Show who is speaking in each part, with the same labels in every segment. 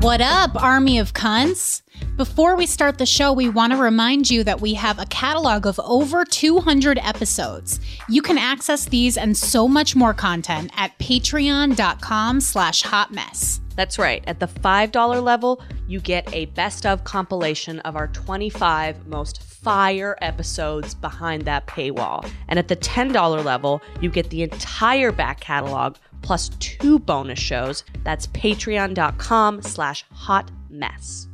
Speaker 1: What up, Army of Cunts? Before we start the show, we want to remind you that we have a catalog of over 200 episodes. You can access these and so much more content at patreon.com slash hotmess.
Speaker 2: That's right. At the $5 level, you get a best of compilation of our 25 most fire episodes behind that paywall. And at the $10 level, you get the entire back catalog plus two bonus shows. That's patreon.com slash hot mess.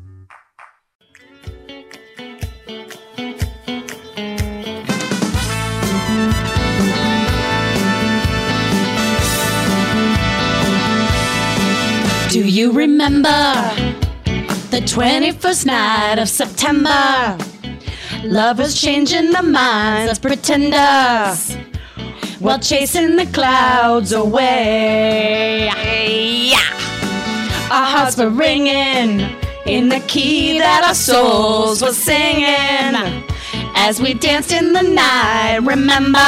Speaker 1: Do you remember the 21st night of September? Lovers changing their minds of pretenders while chasing the clouds away. Our hearts were ringing in the key that our souls were singing as we danced in the night. Remember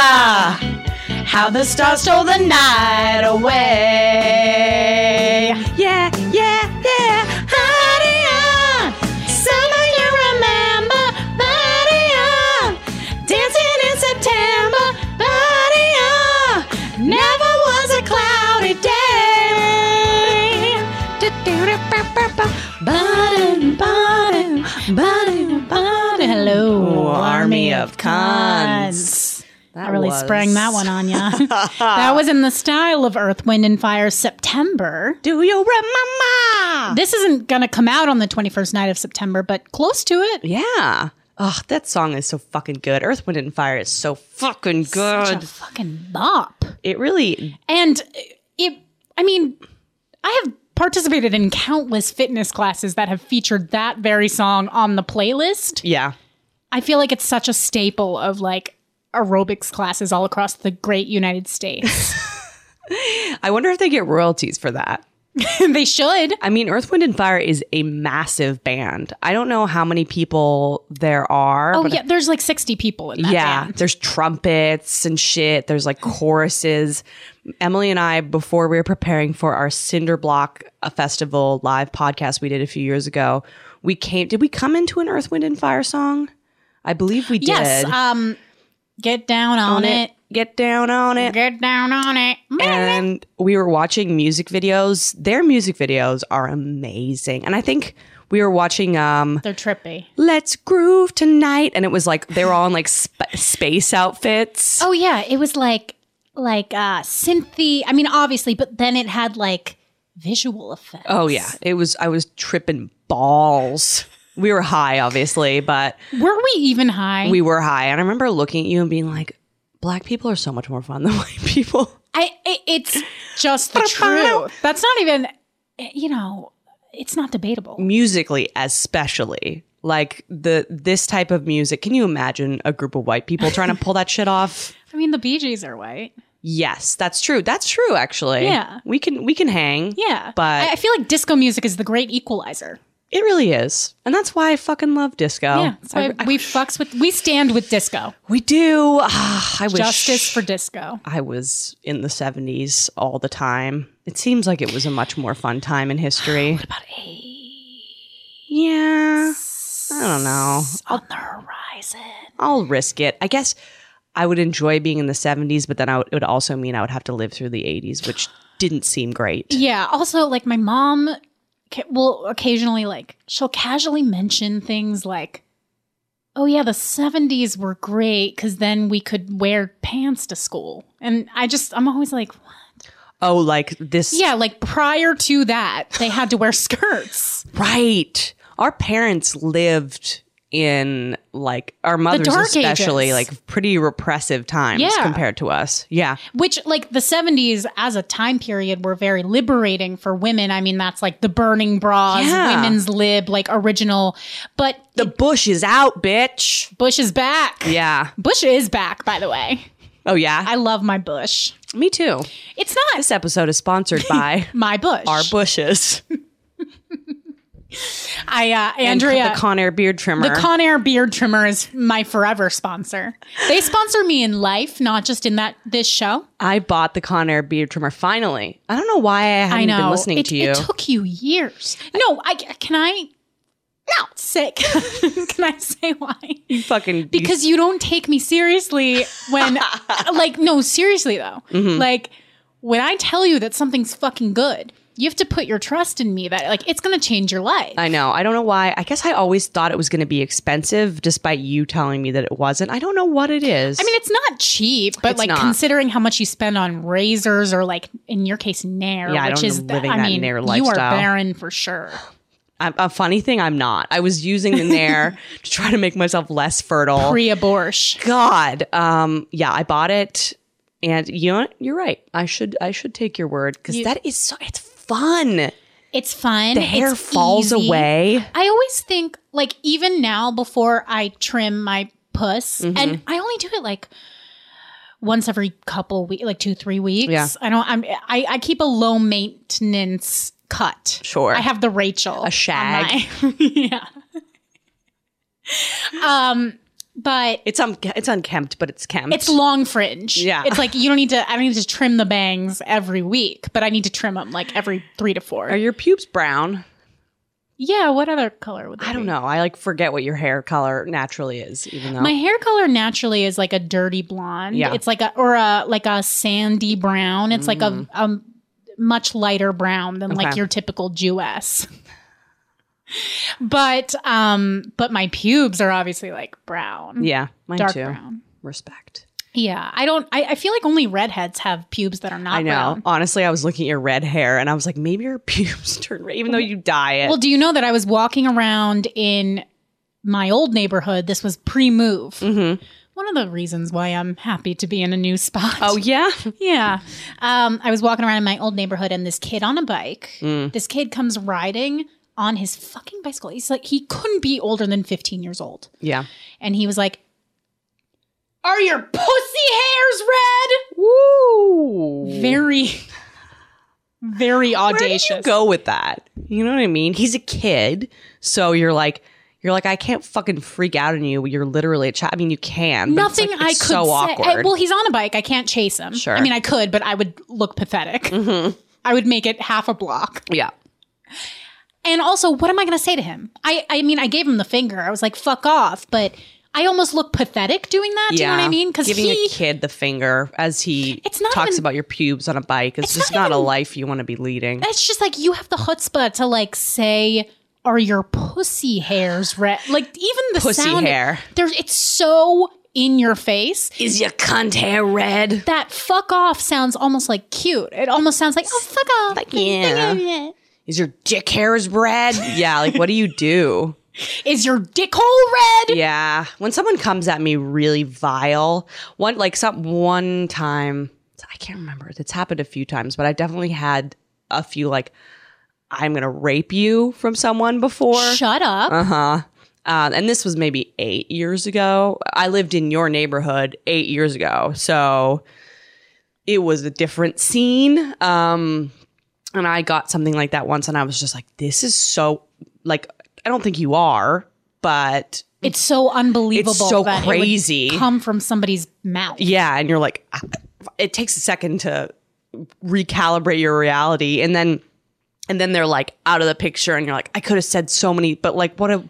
Speaker 1: how the stars stole the night away. Yeah, yeah, yeah. Honey, summer you remember. Honey, dancing in September. Honey, never was a cloudy day. Button, button, button, button. Hello,
Speaker 2: Army of Cons.
Speaker 1: I really sprang that one on ya. that was in the style of Earth, Wind, and Fire September.
Speaker 2: Do you remember?
Speaker 1: This isn't going to come out on the 21st night of September, but close to it.
Speaker 2: Yeah. Oh, that song is so fucking good. Earth, Wind, and Fire is so fucking
Speaker 1: Such
Speaker 2: good.
Speaker 1: a fucking bop.
Speaker 2: it really,
Speaker 1: And it, I mean, I have participated in countless fitness classes that have featured that very song on the playlist.
Speaker 2: yeah.
Speaker 1: I feel like it's such a staple of like aerobics classes all across the great United States.
Speaker 2: I wonder if they get royalties for that.
Speaker 1: they should.
Speaker 2: I mean, Earth, Wind, and Fire is a massive band. I don't know how many people there are.
Speaker 1: Oh,
Speaker 2: but
Speaker 1: yeah. There's like 60 people in that
Speaker 2: yeah,
Speaker 1: band.
Speaker 2: there's trumpets and shit. There's like choruses. Emily and I, before we were preparing for our Cinderblock a Festival live podcast we did a few years ago, we came. Did we come into an Earth, Wind, and Fire song? I believe we did.
Speaker 1: Yes. Um, get down on,
Speaker 2: On
Speaker 1: it.
Speaker 2: Get down on it.
Speaker 1: Get down on it. Mm,
Speaker 2: and we were watching music videos. Their music videos are amazing. And I think we were watching um
Speaker 1: They're trippy.
Speaker 2: Let's Groove Tonight and it was like they were all in like sp- space outfits.
Speaker 1: Oh yeah, it was like like uh synthy. I mean, obviously, but then it had like visual effects.
Speaker 2: Oh yeah, it was I was tripping balls. We were high obviously, but
Speaker 1: were we even high?
Speaker 2: we were high and I remember looking at you and being like black people are so much more fun than white people.
Speaker 1: I. It, it's just the truth. That's not even. eh, You know, it's not debatable.
Speaker 2: musically especially like the this type of music can you imagine a group of white people trying to pull that shit off
Speaker 1: I mean, the Bee Gees are white.
Speaker 2: yes that's true that's true actually
Speaker 1: Yeah.
Speaker 2: we can we can hang
Speaker 1: Yeah,
Speaker 2: But-
Speaker 1: I, I feel like disco music is the great equalizer.
Speaker 2: it really is and that's why i fucking love disco
Speaker 1: yeah, that's why we fucks with we stand with disco.
Speaker 2: we do Ah, i wish
Speaker 1: Justice for disco.
Speaker 2: i was in the 70s all the time it seems like it was a much more fun time in history what about yeah i don't know
Speaker 1: on the horizon.
Speaker 2: I'll risk it. I guess I would enjoy being in the 70s, but then I would, it would also mean I would have to live through the 80s, which didn't seem great.
Speaker 1: Yeah. Also, like my mom ca- will occasionally like she'll casually mention things like, "Oh yeah, the '70s were great because then we could wear pants to school." And I just I'm always like, what?
Speaker 2: Oh, like this.
Speaker 1: "Yeah, like prior to that, they had to wear skirts."
Speaker 2: Right. Our parents lived in like our mothers
Speaker 1: dark
Speaker 2: especially
Speaker 1: ages.
Speaker 2: like pretty repressive times
Speaker 1: Yeah.
Speaker 2: compared to us yeah
Speaker 1: Which, like, the 70s as a time period were very liberating for women. I mean, that's like the burning bras,
Speaker 2: Yeah.
Speaker 1: women's lib, like original. But
Speaker 2: the bush is out bitch
Speaker 1: Bush is back.
Speaker 2: yeah
Speaker 1: Bush is back, by the way.
Speaker 2: oh yeah
Speaker 1: I love my Bush.
Speaker 2: me too
Speaker 1: It's not
Speaker 2: this episode is sponsored by
Speaker 1: my Bush.
Speaker 2: our bushes
Speaker 1: I uh,
Speaker 2: And
Speaker 1: Andrea
Speaker 2: the Conair beard trimmer.
Speaker 1: The Conair beard trimmer is my forever sponsor. They sponsor me in life, not just in that this show.
Speaker 2: I bought the Conair beard trimmer finally. I don't know why I
Speaker 1: I
Speaker 2: haven't
Speaker 1: know.
Speaker 2: been listening
Speaker 1: it,
Speaker 2: to you.
Speaker 1: It took you years. No, I can I. No, sick. can I say why?
Speaker 2: you fucking
Speaker 1: because you don't take me seriously when like no seriously though
Speaker 2: Mm-hmm.
Speaker 1: like when i tell you that something's fucking good you have to put your trust in me that like it's gonna change your life
Speaker 2: I know. I don't know why. I guess I always thought it was going to be expensive, despite you telling me that it wasn't. I don't know what it is.
Speaker 1: I mean, it's not cheap, but
Speaker 2: It's
Speaker 1: like
Speaker 2: not.
Speaker 1: considering how much you spend on razors or like in your case Nair,
Speaker 2: Yeah, I
Speaker 1: which
Speaker 2: don't
Speaker 1: is
Speaker 2: know, living
Speaker 1: I
Speaker 2: that
Speaker 1: mean,
Speaker 2: Nair
Speaker 1: you are
Speaker 2: lifestyle.
Speaker 1: barren for sure.
Speaker 2: I'm, a funny thing, I'm not. I was using the Nair to try to make myself less fertile.
Speaker 1: Pre-abortion.
Speaker 2: God, um, yeah, I bought it, and you know, what? you're right. I should I should take your word because
Speaker 1: You-
Speaker 2: that is so it's fun.
Speaker 1: It's fun.
Speaker 2: The hair
Speaker 1: it's
Speaker 2: falls
Speaker 1: easy.
Speaker 2: away.
Speaker 1: I always think like even now before I trim my puss,
Speaker 2: Mm-hmm.
Speaker 1: and I only do it like once every couple weeks, like two three weeks.
Speaker 2: Yeah.
Speaker 1: I don't. I'm. I, I keep a low maintenance cut.
Speaker 2: Sure.
Speaker 1: I have the Rachel. A
Speaker 2: shag.
Speaker 1: yeah. Um, but
Speaker 2: It's um it's unkempt, but it's kempt.
Speaker 1: it's long fringe.
Speaker 2: Yeah.
Speaker 1: It's like you don't need to. I don't need to trim the bangs every week, but I need to trim them like every three to four.
Speaker 2: Are your pubes brown?
Speaker 1: yeah. What other color would they
Speaker 2: I
Speaker 1: be?
Speaker 2: don't know. I like forget what your hair color naturally is, even though
Speaker 1: My hair color naturally is like a dirty blonde.
Speaker 2: Oh. Yeah.
Speaker 1: It's like a or a like a sandy brown. It's like a, a much lighter brown than like
Speaker 2: Mm. Okay.
Speaker 1: your typical Jewess. but um but my pubes are obviously like brown.
Speaker 2: yeah, mine
Speaker 1: Dark
Speaker 2: too.
Speaker 1: brown.
Speaker 2: Respect.
Speaker 1: Yeah. I don't I, I feel like only redheads have pubes that are not
Speaker 2: I know.
Speaker 1: brown.
Speaker 2: Honestly, I was looking at your red hair and I was like, maybe your pubes turn red, even though you dye it.
Speaker 1: Well, do you know that I was walking around in my old neighborhood? This was pre-move.
Speaker 2: Mm-hmm.
Speaker 1: One of the reasons why I'm happy to be in a new spot.
Speaker 2: oh yeah,
Speaker 1: Yeah. Um, I was walking around in my old neighborhood and this kid on a bike,
Speaker 2: Mm.
Speaker 1: this kid comes riding on his fucking bicycle. He's like, he couldn't be older than 15 years old.
Speaker 2: yeah.
Speaker 1: And he was like, Are your pussy hairs red?
Speaker 2: Woo.
Speaker 1: Very, very
Speaker 2: Where did
Speaker 1: audacious.
Speaker 2: you go with that? You know what I mean? He's a kid, so you're like, you're like, I can't fucking freak out on you. You're literally a child. I mean, you can. but it's
Speaker 1: Nothing
Speaker 2: like-
Speaker 1: I could
Speaker 2: it's so
Speaker 1: say.
Speaker 2: awkward.
Speaker 1: I- well, he's on a bike. I can't chase him.
Speaker 2: Sure. Mm-hmm.
Speaker 1: I mean, I could, but I would look pathetic. I would make it half a block.
Speaker 2: yeah.
Speaker 1: And also, what am I going to say to him? I, I mean, I gave him the finger. I was like, fuck off. But I almost look pathetic doing that. Do you know what I mean? Because
Speaker 2: giving
Speaker 1: he,
Speaker 2: a kid the finger as he
Speaker 1: It's not
Speaker 2: talks
Speaker 1: even-
Speaker 2: about your pubes on a bike is just
Speaker 1: not
Speaker 2: not, a
Speaker 1: even-
Speaker 2: life you want to be leading.
Speaker 1: it's just like, you have the chutzpah to like say, are your pussy hairs red? Like, even the
Speaker 2: Pussy
Speaker 1: sound,
Speaker 2: hair.
Speaker 1: There's, it's so in your face.
Speaker 2: Is your cunt hair red?
Speaker 1: That fuck off sounds almost like cute. It almost sounds like, oh, fuck off.
Speaker 2: yeah. Is your dick hairs red? yeah, like what do you do?
Speaker 1: Is your dick hole red?
Speaker 2: Yeah. When someone comes at me really vile, one like some one time, I can't remember. It's happened a few times, but I definitely had a few like I'm going to rape you from someone before.
Speaker 1: Shut up.
Speaker 2: Uh-huh. Um, and this was maybe eight years ago. I lived in your neighborhood eight years ago. So it was a different scene. Um, and I got something like that once, and I was just like, this is so, like, I don't think you are, but
Speaker 1: it's so unbelievable.
Speaker 2: so
Speaker 1: that it would
Speaker 2: crazy.
Speaker 1: come from somebody's mouth.
Speaker 2: yeah. And you're like, "Ah, it takes a second to recalibrate your reality. And then, and then they're like out of the picture, and you're like, I could have said so many, but like, what a,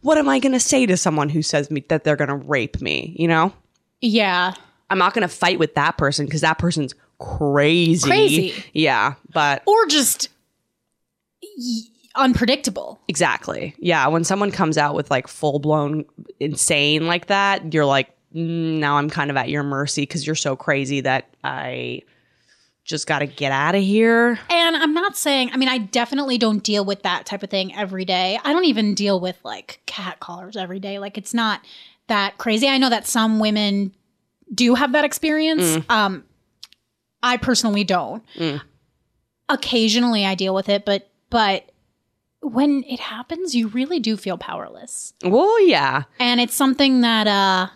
Speaker 2: what am I gonna say to someone who says me that they're gonna rape me? You know,
Speaker 1: Yeah.
Speaker 2: I'm not gonna fight with that person because that person's crazy.
Speaker 1: Crazy.
Speaker 2: Yeah, but
Speaker 1: or just y- unpredictable.
Speaker 2: exactly. Yeah, when someone comes out with like full blown insane like that, you're like, "Mm, now I'm kind of at your mercy because you're so crazy that I just got to get out of here.
Speaker 1: And I'm not saying, I mean, I definitely don't deal with that type of thing every day. I don't even deal with like cat callers every day. Like, it's not that crazy. I know that some women do have that experience. Um, I personally don't. Occasionally I deal with it, but, but when it happens, you really do feel powerless.
Speaker 2: Well, yeah.
Speaker 1: And it's something that, uh,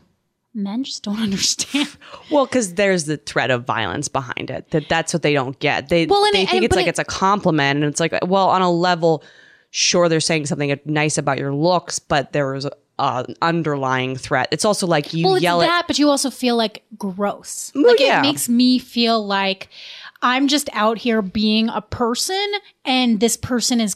Speaker 1: men just don't understand.
Speaker 2: Well, because there's the threat of violence behind it. That that's what they don't get. They
Speaker 1: Well, and
Speaker 2: they
Speaker 1: it-
Speaker 2: think
Speaker 1: and-
Speaker 2: it's
Speaker 1: but
Speaker 2: like
Speaker 1: it-
Speaker 2: it's a compliment, and it's like, well, on a level, sure they're saying something nice about your looks, but there was a, an underlying threat. It's also like you
Speaker 1: well, it's
Speaker 2: yell at
Speaker 1: that, but you also feel like gross.
Speaker 2: Well,
Speaker 1: like
Speaker 2: yeah.
Speaker 1: it makes me feel like I'm just out here being a person, and this person is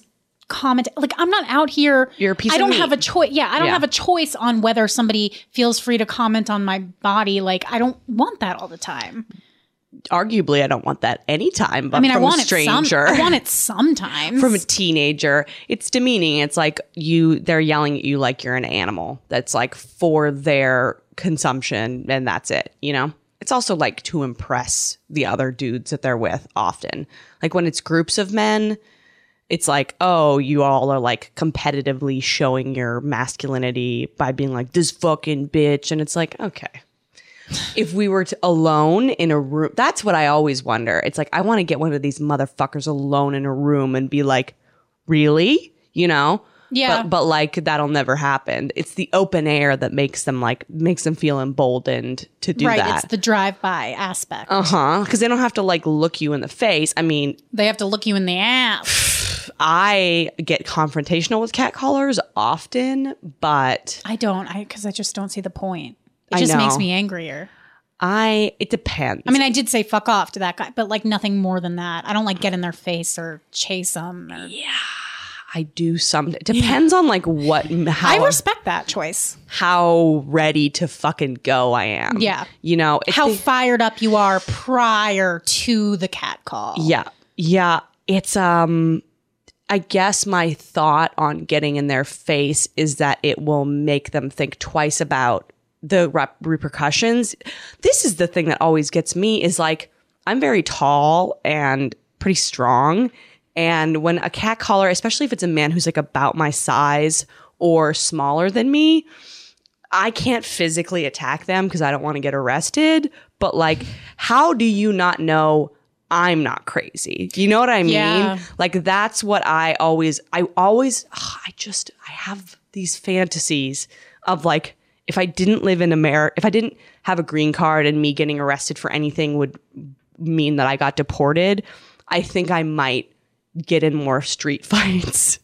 Speaker 1: comment like I'm not out here.
Speaker 2: You're a piece
Speaker 1: I
Speaker 2: of
Speaker 1: don't
Speaker 2: meat.
Speaker 1: have a choice. Yeah, I don't
Speaker 2: Yeah.
Speaker 1: have a choice on whether somebody feels free to comment on my body. Like I don't want that all the time.
Speaker 2: arguably I don't want that anytime, but
Speaker 1: I mean, I
Speaker 2: from
Speaker 1: want
Speaker 2: a stranger.
Speaker 1: it. Some, I want it sometimes.
Speaker 2: from a teenager it's demeaning it's like you they're yelling at you like you're an animal that's like for their consumption and that's it you know it's also like to impress the other dudes that they're with often like when it's groups of men it's like oh you all are like competitively showing your masculinity by being like this fucking bitch and it's like okay if we were to, alone in a room, that's what I always wonder. It's like I want to get one of these motherfuckers alone in a room and be like, "Really?" You know?
Speaker 1: Yeah.
Speaker 2: But, but like that'll never happen. It's the open air that makes them like makes them feel emboldened to do
Speaker 1: right,
Speaker 2: that.
Speaker 1: it's the drive-by aspect.
Speaker 2: uh huh. Because they don't have to like look you in the face. I mean,
Speaker 1: they have to look you in the ass.
Speaker 2: I get confrontational with catcallers often, but
Speaker 1: I don't. I because I just don't see the point. It
Speaker 2: I
Speaker 1: just
Speaker 2: know.
Speaker 1: makes me angrier.
Speaker 2: I it depends.
Speaker 1: I mean, I did say fuck off to that guy, but like nothing more than that. I don't like get in their face or chase them. Or,
Speaker 2: I do some. It depends on like what how
Speaker 1: I respect that choice.
Speaker 2: how ready to fucking go I am.
Speaker 1: Yeah.
Speaker 2: You know, it-
Speaker 1: How fired up you are prior to the cat call.
Speaker 2: yeah. Yeah. It's, um, I guess my thought on getting in their face is that it will make them think twice about the rep- repercussions. This is the thing that always gets me is like, I'm very tall and pretty strong. And when a cat caller, especially if it's a man who's like about my size or smaller than me, I can't physically attack them because I don't want to get arrested. But like, how do you not know I'm not crazy? You know what I mean?
Speaker 1: Yeah.
Speaker 2: Like that's what I always I always ugh, I just I have these fantasies of like if I didn't live in America, if I didn't have a green card and me getting arrested for anything would mean that I got deported, I think I might get in more street fights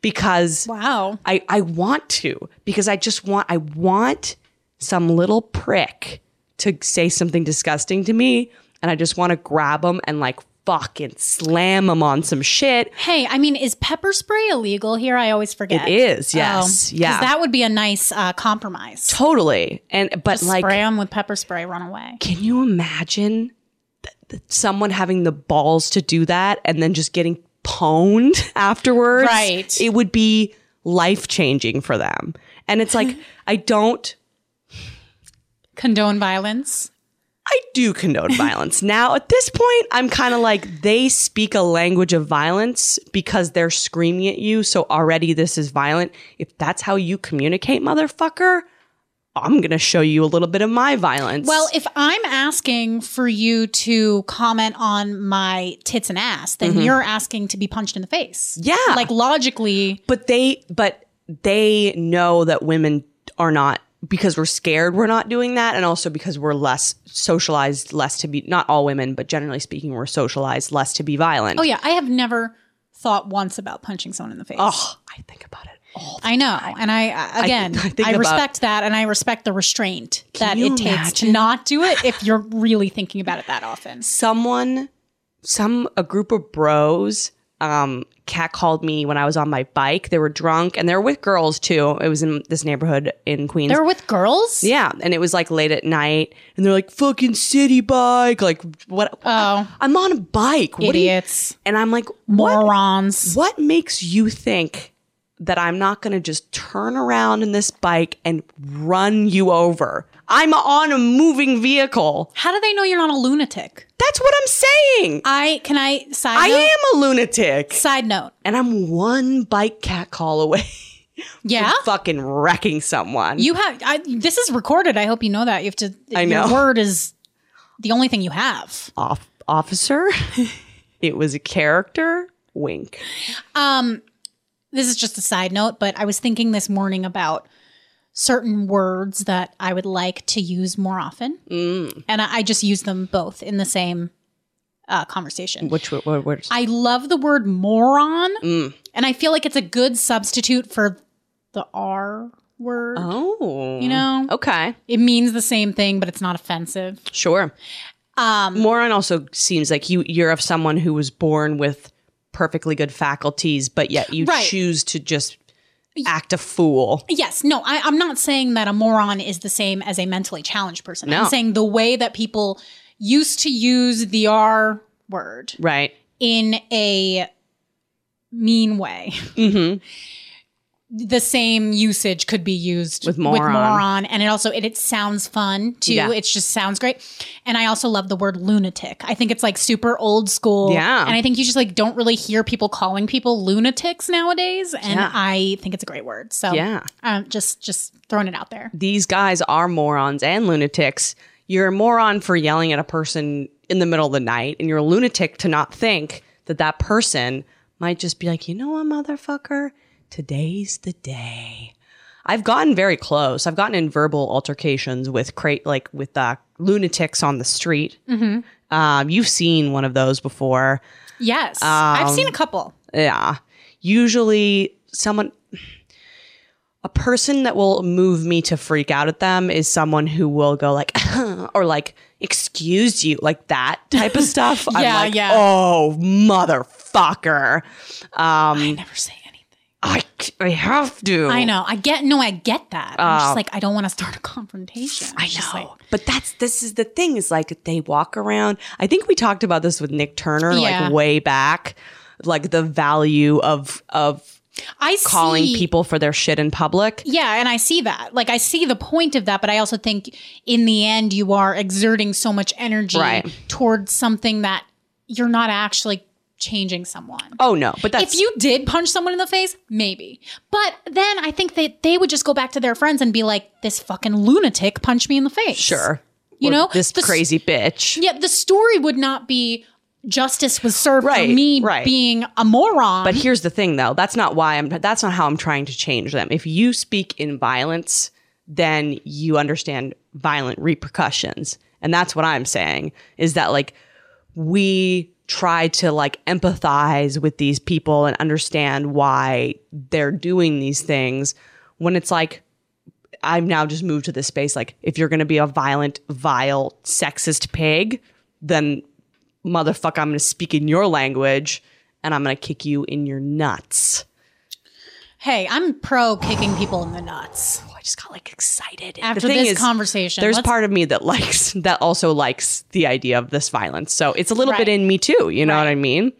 Speaker 2: because
Speaker 1: Wow.
Speaker 2: I, I want to because I just want I want some little prick to say something disgusting to me and I just want to grab them and like fucking slam them on some shit.
Speaker 1: Hey, I mean, is pepper spray illegal here? I always forget.
Speaker 2: It is, yes. yeah.
Speaker 1: Because Oh, that would be a nice uh, compromise.
Speaker 2: totally. And but
Speaker 1: Like,
Speaker 2: like
Speaker 1: spray them with pepper spray, run away.
Speaker 2: can you imagine th- th- someone having the balls to do that and then just getting pwned afterwards?
Speaker 1: Right.
Speaker 2: It would be life changing for them. And it's like I don't
Speaker 1: Condone violence.
Speaker 2: I do condone violence. Now, at this point, I'm kind of like they speak a language of violence because they're screaming at you. So already this is violent. If that's how you communicate, motherfucker, I'm going to show you a little bit of my violence.
Speaker 1: Well, if I'm asking for you to comment on my tits and ass, then you're asking to be punched in the face.
Speaker 2: Yeah.
Speaker 1: Like logically,
Speaker 2: but they but they know that women are not because we're scared we're not doing that and also because we're less socialized less to be not all women but generally speaking we're socialized less to be violent
Speaker 1: oh yeah, I have never thought once about punching someone in the face.
Speaker 2: oh i think about it all
Speaker 1: I know. And I, I again,
Speaker 2: I
Speaker 1: I,
Speaker 2: think about-
Speaker 1: respect that and I respect the restraint that
Speaker 2: you
Speaker 1: it takes to
Speaker 2: imagine?
Speaker 1: not do it if you're really thinking about it that often.
Speaker 2: someone some a group of bros um cat called me when i was on my bike they were drunk and they were with girls too it was in this neighborhood in queens
Speaker 1: They're with girls?
Speaker 2: yeah and it was like late at night and they're like fucking city bike like what
Speaker 1: Oh.
Speaker 2: i'm on a bike what do you-
Speaker 1: Idiots.
Speaker 2: and i'm like what
Speaker 1: Morons.
Speaker 2: what makes you think that I'm not going to just turn around in this bike and run you over? I'm on a moving vehicle.
Speaker 1: How do they know you're not a lunatic?
Speaker 2: That's what I'm saying.
Speaker 1: I can I side
Speaker 2: I
Speaker 1: note?
Speaker 2: am a lunatic.
Speaker 1: Side note.
Speaker 2: and I'm one bike cat call away
Speaker 1: Yeah.
Speaker 2: fucking wrecking someone.
Speaker 1: You have I, this is recorded. I hope you know that. You have to
Speaker 2: I know.
Speaker 1: your word is the only thing you have.
Speaker 2: Off- officer, it was a character wink.
Speaker 1: Um this is just a side note, but I was thinking this morning about certain words that I would like to use more often.
Speaker 2: Mm.
Speaker 1: And I, I just use them both in the same uh, conversation.
Speaker 2: Which word? word, words?
Speaker 1: I love the word moron,
Speaker 2: Mm.
Speaker 1: and I feel like it's a good substitute for the R word.
Speaker 2: Oh,
Speaker 1: You know?
Speaker 2: Okay,
Speaker 1: It means the same thing, but it's not offensive.
Speaker 2: sure.
Speaker 1: Um,
Speaker 2: Moron also seems like you you're of someone who was born with perfectly good faculties, but yet you
Speaker 1: Right.
Speaker 2: choose to just act a fool.
Speaker 1: yes, no, I, I'm not saying that a moron is the same as a mentally challenged person.
Speaker 2: No.
Speaker 1: I'm saying the way that people used to use the R word
Speaker 2: Right.
Speaker 1: in a mean way.
Speaker 2: Mm-hmm.
Speaker 1: the same usage could be used
Speaker 2: With moron.
Speaker 1: moron, and it also it, it sounds fun too.
Speaker 2: Yeah.
Speaker 1: It just sounds great, and I also love the word lunatic. I think it's like super old school.
Speaker 2: Yeah.
Speaker 1: and I think you just like don't really hear people calling people lunatics nowadays, and
Speaker 2: Yeah.
Speaker 1: I think it's a great word. So
Speaker 2: Yeah.
Speaker 1: um, just just throwing it out there.
Speaker 2: These guys are morons and lunatics. You're a moron for yelling at a person in the middle of the night, and you're a lunatic to not think that that person might just be like, you know what, motherfucker? Today's the day. I've gotten very close. I've gotten in verbal altercations with crate, like with uh, lunatics on the street. Um, you've seen one of those before.
Speaker 1: Yes,
Speaker 2: Um,
Speaker 1: I've seen a couple.
Speaker 2: Yeah. Usually someone a person that will move me to freak out at them is someone who will go like or like excuse you like that type of stuff. I'm
Speaker 1: Yeah,
Speaker 2: like,
Speaker 1: yeah.
Speaker 2: oh motherfucker. Um
Speaker 1: I never say anything.
Speaker 2: I, I have to.
Speaker 1: I know. I get no. I get that. I'm just like I don't want to start a confrontation.
Speaker 2: Uh, I
Speaker 1: It's just
Speaker 2: know.
Speaker 1: like-
Speaker 2: but that's this is the thing is like they walk around. I think we talked about this with Nick Turner
Speaker 1: Yeah.
Speaker 2: like way back like the value of of
Speaker 1: I
Speaker 2: calling
Speaker 1: see-
Speaker 2: people for their shit in public.
Speaker 1: Yeah, and I see that. Like I see the point of that, but I also think in the end you are exerting so much energy
Speaker 2: Right.
Speaker 1: towards something that you're not actually changing someone.
Speaker 2: Oh no, but that's
Speaker 1: If you did punch someone in the face, maybe. But then I think that they would just go back to their friends and be like, this fucking lunatic punched me in the face.
Speaker 2: sure.
Speaker 1: You
Speaker 2: Or
Speaker 1: know?
Speaker 2: this
Speaker 1: The s-
Speaker 2: crazy bitch.
Speaker 1: Yeah, the story would not be justice was served
Speaker 2: Right,
Speaker 1: for me
Speaker 2: right.
Speaker 1: being a moron.
Speaker 2: But here's the thing, though. That's not why I'm. That's not how I'm trying to change them. If you speak in violence, then you understand violent repercussions, and that's what I'm saying. Is that like we try to like empathize with these people and understand why they're doing these things when it's like I've now just moved to this space. Like, if you're going to be a violent, vile, sexist pig, then motherfucker, I'm going to speak in your language and I'm going to kick you in your nuts.
Speaker 1: hey, I'm pro kicking people in the nuts.
Speaker 2: Oh, I just got like excited.
Speaker 1: After this conversation,
Speaker 2: there's
Speaker 1: let's-
Speaker 2: part of me that likes, that also likes the idea of this violence. So it's a little
Speaker 1: Right.
Speaker 2: bit in me too. You know what
Speaker 1: Right.
Speaker 2: I mean?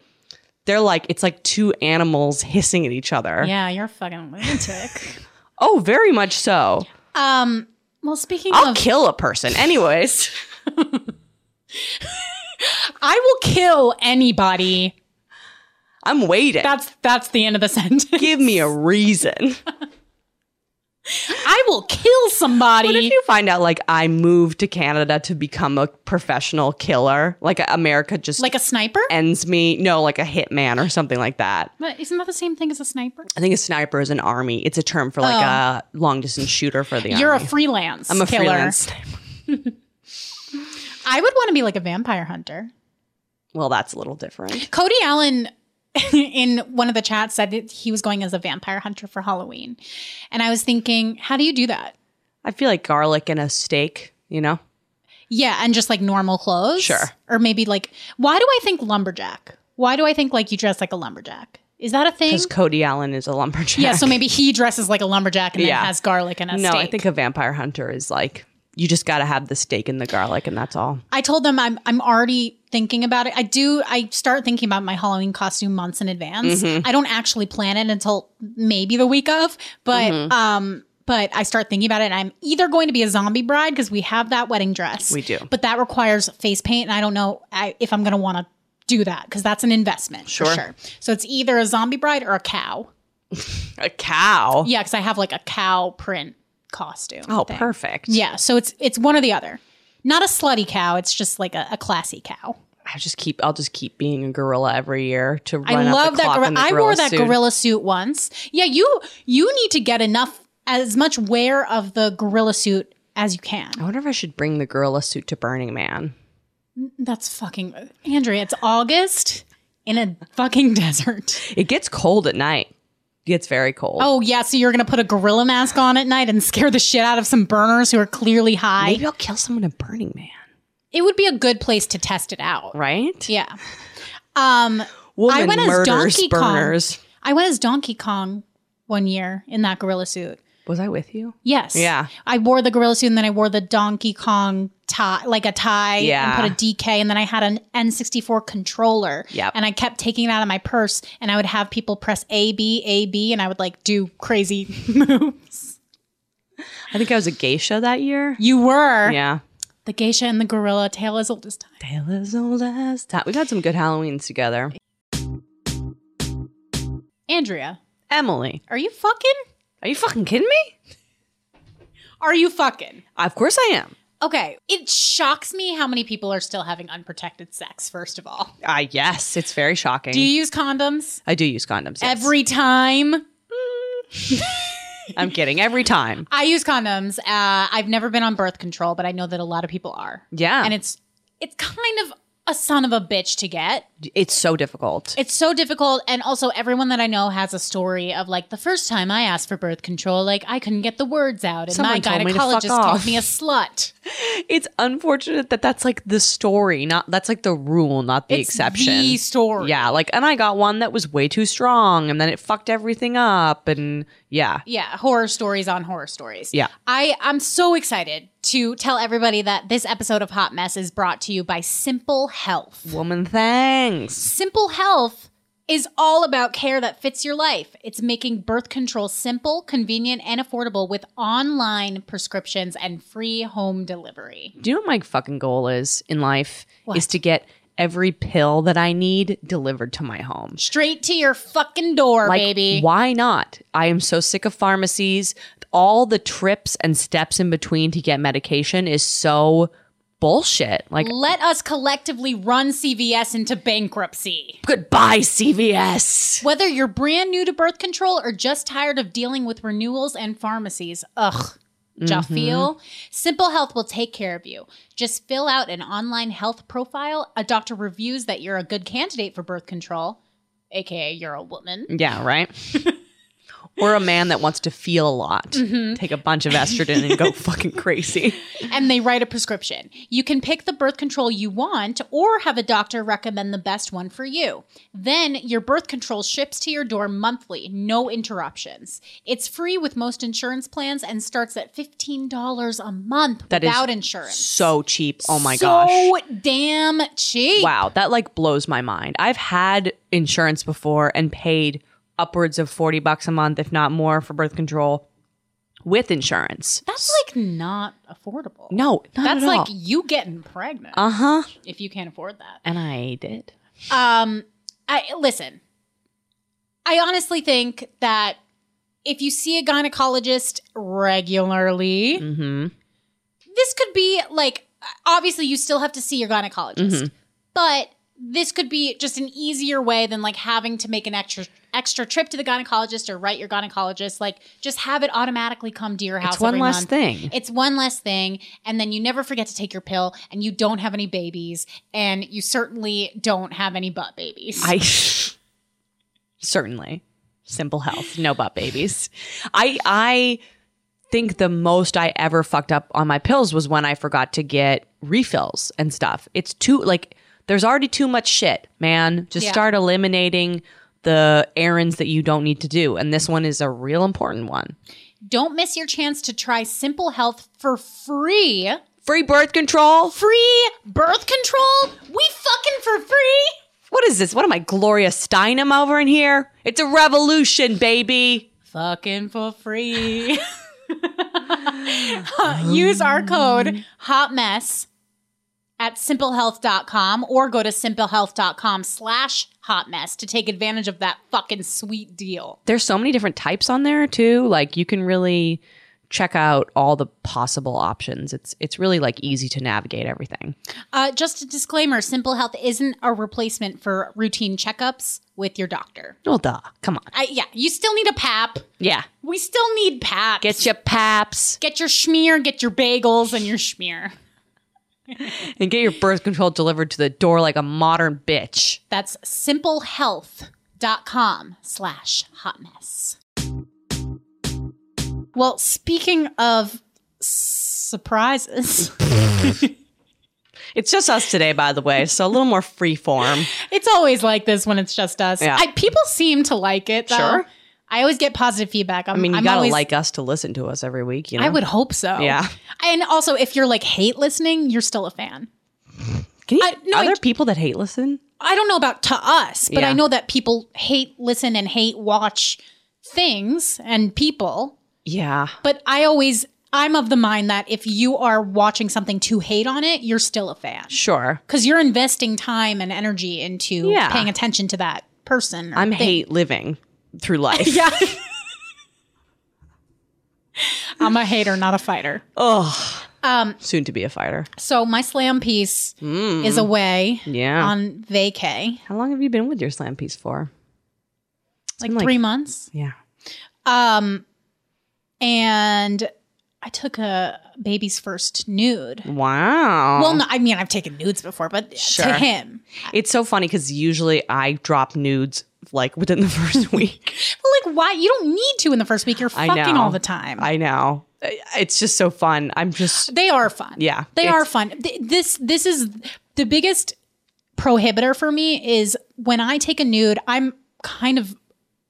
Speaker 2: They're like, it's like two animals hissing at each other.
Speaker 1: Yeah, you're a fucking lunatic.
Speaker 2: Oh, very much so.
Speaker 1: um, well, speaking
Speaker 2: I'll
Speaker 1: of
Speaker 2: kill a person. Anyways.
Speaker 1: I will kill anybody.
Speaker 2: I'm waiting.
Speaker 1: That's that's the end of the sentence.
Speaker 2: Give me a reason.
Speaker 1: I will kill
Speaker 2: What if
Speaker 1: somebody.
Speaker 2: you find out like I moved to Canada to become a professional killer? Like America just
Speaker 1: Like a sniper?
Speaker 2: ends me? No, like a hitman or something like that.
Speaker 1: But isn't that the same thing as a sniper?
Speaker 2: I think a sniper is an army. It's a term for like a long distance shooter for the
Speaker 1: You're a
Speaker 2: army.
Speaker 1: freelance.
Speaker 2: I'm Oh. a
Speaker 1: killer.
Speaker 2: freelance sniper.
Speaker 1: I would want to be like a vampire hunter.
Speaker 2: Well, that's a little different.
Speaker 1: Cody Allen in one of the chats said that he was going as a vampire hunter for Halloween. And I was thinking, how do you do that?
Speaker 2: I feel like garlic and a steak, you know?
Speaker 1: Yeah, and just like normal clothes.
Speaker 2: Sure.
Speaker 1: Or maybe like why do I think lumberjack? Why do I think like you dress like a lumberjack? Is that a thing?
Speaker 2: Because Cody Allen is a lumberjack.
Speaker 1: Yeah, so maybe he dresses like a lumberjack and then
Speaker 2: Yeah.
Speaker 1: has garlic and a
Speaker 2: No, I
Speaker 1: steak.
Speaker 2: think a vampire hunter is like you just got to have the steak and the garlic, and that's all.
Speaker 1: I told them I'm I'm already thinking about it. I do I start thinking about my Halloween costume months in advance.
Speaker 2: Mm-hmm.
Speaker 1: I don't actually plan it until maybe the week of, but
Speaker 2: Mm-hmm.
Speaker 1: um but I start thinking about it and I'm either going to be a zombie bride because we have that wedding dress.
Speaker 2: We do.
Speaker 1: But that requires face paint and I don't know I, if I'm going to want to do that because that's an investment for
Speaker 2: Sure.
Speaker 1: sure. So it's either a zombie bride or a cow.
Speaker 2: A cow.
Speaker 1: Yeah, cuz I have like a cow print costume.
Speaker 2: Oh,
Speaker 1: thing.
Speaker 2: perfect.
Speaker 1: Yeah, so it's it's one or the other. Not a slutty cow, it's just like a, a classy cow.
Speaker 2: I just keep. I'll just keep being a gorilla every year to run.
Speaker 1: I
Speaker 2: up
Speaker 1: love
Speaker 2: the
Speaker 1: that.
Speaker 2: clock
Speaker 1: Gorilla.
Speaker 2: in the
Speaker 1: I
Speaker 2: gorilla
Speaker 1: wore that
Speaker 2: suit.
Speaker 1: gorilla suit once. Yeah, you you need to get enough as much wear of the gorilla suit as you can.
Speaker 2: I wonder if I should bring the gorilla suit to Burning Man.
Speaker 1: That's fucking Andrea. It's August in a fucking desert.
Speaker 2: It gets cold at night. It gets very cold.
Speaker 1: Oh yeah, so you're gonna put a gorilla mask on at night and scare the shit out of some burners who are clearly high.
Speaker 2: Maybe I'll kill someone at Burning Man.
Speaker 1: It would be a good place to test it out.
Speaker 2: Right?
Speaker 1: Yeah. Um,
Speaker 2: Woman
Speaker 1: went as
Speaker 2: murders
Speaker 1: Donkey Kong.
Speaker 2: burners.
Speaker 1: I went as Donkey Kong one year in that gorilla suit.
Speaker 2: Was I with you?
Speaker 1: Yes.
Speaker 2: Yeah.
Speaker 1: I wore the gorilla suit and then I wore the Donkey Kong tie, like a tie,
Speaker 2: Yeah.
Speaker 1: and put a DK, and then I had an N64 controller.
Speaker 2: Yep.
Speaker 1: And I kept taking it out of my purse, and I would have people press A B A B, and I would like do crazy moves.
Speaker 2: I think I was a geisha that year.
Speaker 1: You were
Speaker 2: Yeah.
Speaker 1: the geisha and the gorilla, tale as old as time.
Speaker 2: Tale as old as time. We've had some good Halloweens together.
Speaker 1: Andrea,
Speaker 2: Emily,
Speaker 1: are you fucking?
Speaker 2: are you fucking kidding me?
Speaker 1: Are you fucking?
Speaker 2: Of course I am.
Speaker 1: Okay. It shocks me how many people are still having unprotected sex, first of all.
Speaker 2: Ah, yes. It's very shocking.
Speaker 1: Do you use condoms?
Speaker 2: I do use condoms. Mm. yes.
Speaker 1: Every time.
Speaker 2: I'm kidding. Every time.
Speaker 1: I use condoms. Uh, I've never been on birth control, but I know that a lot of people are.
Speaker 2: Yeah.
Speaker 1: And it's it's kind of a son of a bitch to get.
Speaker 2: It's so difficult.
Speaker 1: It's so difficult. And also everyone that I know has a story of like the first time I asked for birth control, like I couldn't get the words out. And
Speaker 2: Someone
Speaker 1: my
Speaker 2: told me to
Speaker 1: gynecologist
Speaker 2: fuck off.
Speaker 1: called me a slut.
Speaker 2: It's unfortunate that that's like the story, not that's like the rule, not the
Speaker 1: It's
Speaker 2: exception.
Speaker 1: the story.
Speaker 2: Yeah, like and I got one that was way too strong and then it fucked everything up and yeah.
Speaker 1: Yeah, horror stories on horror stories.
Speaker 2: Yeah.
Speaker 1: I I'm so excited to tell everybody that this episode of Hot Mess is brought to you by Simple Health.
Speaker 2: Woman thanks.
Speaker 1: Simple Health is all about care that fits your life. It's making birth control simple, convenient, and affordable with online prescriptions and free home delivery.
Speaker 2: Do you know what my fucking goal is in life?
Speaker 1: What?
Speaker 2: Is to get every pill that I need delivered to my home.
Speaker 1: Straight to your fucking door,
Speaker 2: Like,
Speaker 1: baby.
Speaker 2: Why not? I am so sick of pharmacies. All the trips and steps in between to get medication is so bullshit. Like
Speaker 1: Let us collectively run CVS into bankruptcy.
Speaker 2: goodbye, CVS.
Speaker 1: Whether you're brand new to birth control or just tired of dealing with renewals and pharmacies, ugh. Jafeel, Simple Health will take care of you. Just fill out an online health profile. A doctor reviews that you're a good candidate for birth control, aka you're a woman.
Speaker 2: Yeah, right. or a man that wants to feel a lot.
Speaker 1: Mm-hmm.
Speaker 2: Take a bunch of estrogen and go fucking crazy.
Speaker 1: and they write a prescription. You can pick the birth control you want or have a doctor recommend the best one for you. Then your birth control ships to your door monthly, no interruptions. It's free with most insurance plans and starts at $15 a month
Speaker 2: That is
Speaker 1: without insurance.
Speaker 2: So cheap. Oh my
Speaker 1: so
Speaker 2: gosh.
Speaker 1: damn cheap.
Speaker 2: Wow, that like blows my mind. I've had insurance before and paid upwards of 40 bucks a month if not more for birth control with insurance.
Speaker 1: That's like not affordable.
Speaker 2: No, not
Speaker 1: That's
Speaker 2: at
Speaker 1: like
Speaker 2: all.
Speaker 1: you getting pregnant
Speaker 2: uh-huh.
Speaker 1: if you can't afford that.
Speaker 2: And I did.
Speaker 1: Um, I listen. I honestly think that if you see a gynecologist regularly,
Speaker 2: Mhm.
Speaker 1: this could be like obviously you still have to see your gynecologist,
Speaker 2: Mm-hmm.
Speaker 1: but this could be just an easier way than like having to make an extra extra trip to the gynecologist or write your gynecologist. Like just have it automatically come to your house.
Speaker 2: It's one
Speaker 1: every
Speaker 2: less
Speaker 1: month.
Speaker 2: thing.
Speaker 1: It's one less thing, and then you never forget to take your pill, and you don't have any babies, and you certainly don't have any butt babies.
Speaker 2: I certainly simple health, no butt babies. I I think the most I ever fucked up on my pills was when I forgot to get refills and stuff. It's too like there's already too much shit, man. Just
Speaker 1: Yeah.
Speaker 2: start eliminating the errands that you don't need to do, and this one is a real important one.
Speaker 1: Don't miss your chance to try Simple Health for free.
Speaker 2: Free birth control.
Speaker 1: Free birth control? We fucking for free?
Speaker 2: What is this? What am I, Gloria Steinem over in here? It's a revolution, baby.
Speaker 1: Fucking for free. Use our code HOTMESS at simplehealth.com or go to simplehealth.com slash hotmess to take advantage of that fucking sweet deal.
Speaker 2: there's so many different types on there too. Like you can really check out all the possible options. It's it's really like easy to navigate everything.
Speaker 1: Uh, just a disclaimer Simple Health isn't a replacement for routine checkups with your doctor.
Speaker 2: Well, duh. Come on.
Speaker 1: I, yeah, you still need a PAP.
Speaker 2: Yeah.
Speaker 1: We still need PAPs.
Speaker 2: Get your paps.
Speaker 1: Get your schmear, get your bagels, and your schmear.
Speaker 2: and get your birth control delivered to the door like a modern bitch.
Speaker 1: That's simplehealth.com slash hot mess. Well, speaking of surprises,
Speaker 2: It's just us today, by the way, so a little more free form.
Speaker 1: it's always like this when it's just us.
Speaker 2: Yeah.
Speaker 1: I, people seem to like it, though.
Speaker 2: Sure.
Speaker 1: I always get positive feedback. I'm,
Speaker 2: I mean, you
Speaker 1: I'm
Speaker 2: gotta
Speaker 1: always,
Speaker 2: like us to listen to us every week, you know?
Speaker 1: I would hope so.
Speaker 2: Yeah.
Speaker 1: And also, if you're like hate listening, you're still a fan.
Speaker 2: Can you,
Speaker 1: I- no,
Speaker 2: are there
Speaker 1: I-
Speaker 2: people that hate listen?
Speaker 1: I don't know about to us, but
Speaker 2: Yeah.
Speaker 1: I know that people hate listen and hate watch things and people.
Speaker 2: Yeah.
Speaker 1: But I always, I'm of the mind that if you are watching something to hate on it, you're still a fan
Speaker 2: Sure.
Speaker 1: because you're investing time and energy into
Speaker 2: Yeah.
Speaker 1: paying attention to that person. or
Speaker 2: I'm
Speaker 1: thing.
Speaker 2: hate living through life.
Speaker 1: Yeah. I'm a hater, not a fighter.
Speaker 2: Ugh. Um, Soon to be a fighter.
Speaker 1: So my slam piece is away
Speaker 2: Mm. Yeah.
Speaker 1: on vacay,
Speaker 2: How long have you been with your slam piece for?
Speaker 1: like,
Speaker 2: been like-
Speaker 1: three months.
Speaker 2: Yeah.
Speaker 1: Um, and I took a baby's first nude.
Speaker 2: Wow.
Speaker 1: Well, no, I mean I've taken nudes before, but
Speaker 2: Sure.
Speaker 1: to him,
Speaker 2: It's so funny because usually I drop nudes like within the first week.
Speaker 1: But like, why? You don't need to in the first week. You're
Speaker 2: I
Speaker 1: fucking
Speaker 2: know.
Speaker 1: all the time.
Speaker 2: I know. I- It's just so fun. I'm just
Speaker 1: they are fun.
Speaker 2: Yeah,
Speaker 1: they
Speaker 2: it's-
Speaker 1: are fun. Th- This this is the biggest prohibitor for me is when I take a nude. I'm kind of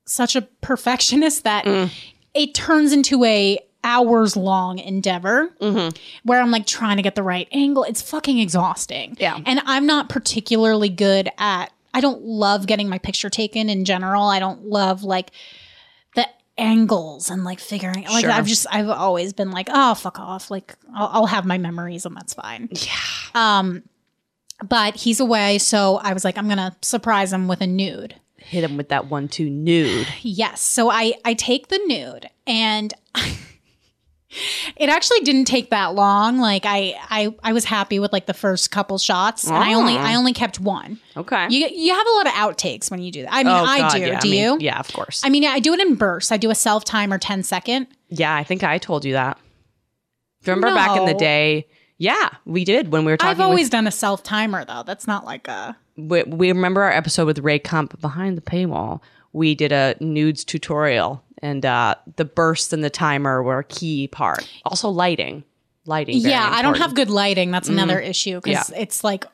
Speaker 1: such a perfectionist that
Speaker 2: Mm.
Speaker 1: it turns into a hours long endeavor
Speaker 2: Mm-hmm.
Speaker 1: where I'm like trying to get the right angle. It's fucking exhausting.
Speaker 2: Yeah.
Speaker 1: and I'm not particularly good at. I don't love getting my picture taken in general. I don't love like the angles and like figuring like
Speaker 2: Sure.
Speaker 1: I've just I've always been like oh fuck off like I'll, I'll have my memories and that's fine yeah um but he's away so I was like I'm gonna surprise him with a nude
Speaker 2: hit him with that one two nude.
Speaker 1: yes so I I take the nude and it actually didn't take that long like I I I was happy with like the first couple shots and I only
Speaker 2: Oh.
Speaker 1: I only kept one
Speaker 2: Okay.
Speaker 1: you you have a lot of outtakes when you do that I mean
Speaker 2: oh,
Speaker 1: I
Speaker 2: God,
Speaker 1: do
Speaker 2: yeah.
Speaker 1: do
Speaker 2: I mean,
Speaker 1: you
Speaker 2: Yeah, of course.
Speaker 1: I mean I do it in bursts I do a self timer 10 second
Speaker 2: yeah, I think I told you that. Remember back in the
Speaker 1: No.
Speaker 2: day? Yeah, we did when we were talking.
Speaker 1: I've always done a self timer though. That's not like a
Speaker 2: with, we, we remember our episode with Ray Kump behind the paywall. We did a nudes tutorial, and uh, the burst and the timer were a key part. Also, lighting, lighting. very
Speaker 1: yeah. I don't
Speaker 2: important. Mm-hmm.
Speaker 1: have good lighting. That's another issue because it's like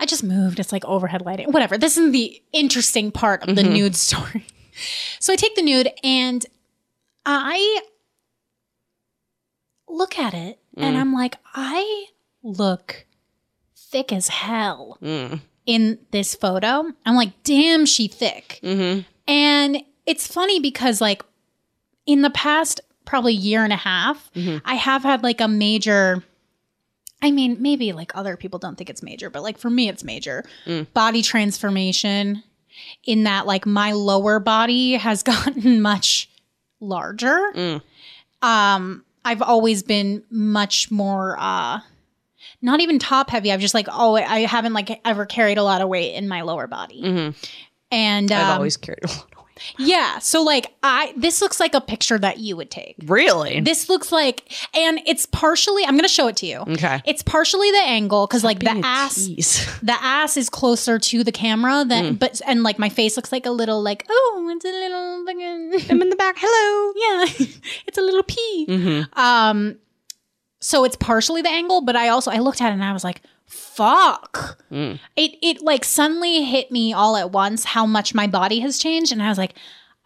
Speaker 1: I just moved. It's like overhead lighting. Whatever. This is the interesting part of
Speaker 2: Mm-hmm.
Speaker 1: the nude story. So I take the nude and I look at it and
Speaker 2: Mm.
Speaker 1: I'm like, I look thick as hell
Speaker 2: Mm.
Speaker 1: in this photo. I'm like, damn, she thick.
Speaker 2: Mm-hmm.
Speaker 1: And it's funny because like in the past probably year and a half,
Speaker 2: Mm-hmm.
Speaker 1: I have had like a major I mean, maybe like other people don't think it's major, but like for me it's major.
Speaker 2: Mm.
Speaker 1: Body transformation in that like my lower body has gotten much larger.
Speaker 2: Mm.
Speaker 1: Um I've always been much more uh not even top heavy. I've just like oh I haven't like ever carried a lot of weight in my lower body. And um,
Speaker 2: Mm-hmm. I've always carried a lot of weight.
Speaker 1: yeah. So like I this looks like a picture that you would take.
Speaker 2: Really?
Speaker 1: This looks like and it's partially I'm gonna show it to you.
Speaker 2: okay.
Speaker 1: It's partially the angle because like the
Speaker 2: Being a
Speaker 1: ass
Speaker 2: tease.
Speaker 1: the ass is closer to the camera than but and like my face looks like a little like oh it's a little fucking-
Speaker 2: I'm in the back. Hello.
Speaker 1: yeah it's a little pea.
Speaker 2: Mm-hmm.
Speaker 1: Um so it's partially the angle, but I also I looked at it and I was like, fuck.
Speaker 2: Mm.
Speaker 1: It it like suddenly hit me all at once how much my body has changed. And I was like,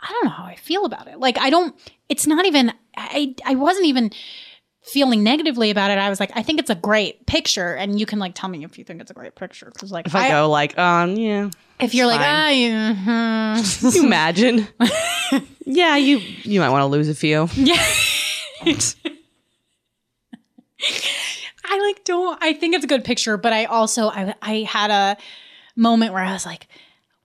Speaker 1: I don't know how I feel about it. Like I don't it's not even I I wasn't even feeling negatively about it. I was like, I think it's a great picture. And you can like tell me if you think it's a great picture. Cause like
Speaker 2: If I, go like, um, yeah,
Speaker 1: if you're like,
Speaker 2: fine.
Speaker 1: ah, yeah, mhm."
Speaker 2: Can you imagine. yeah, you you might want to lose a few.
Speaker 1: Yeah. I like don't I think it's a good picture, but I also I I had a moment where I was like,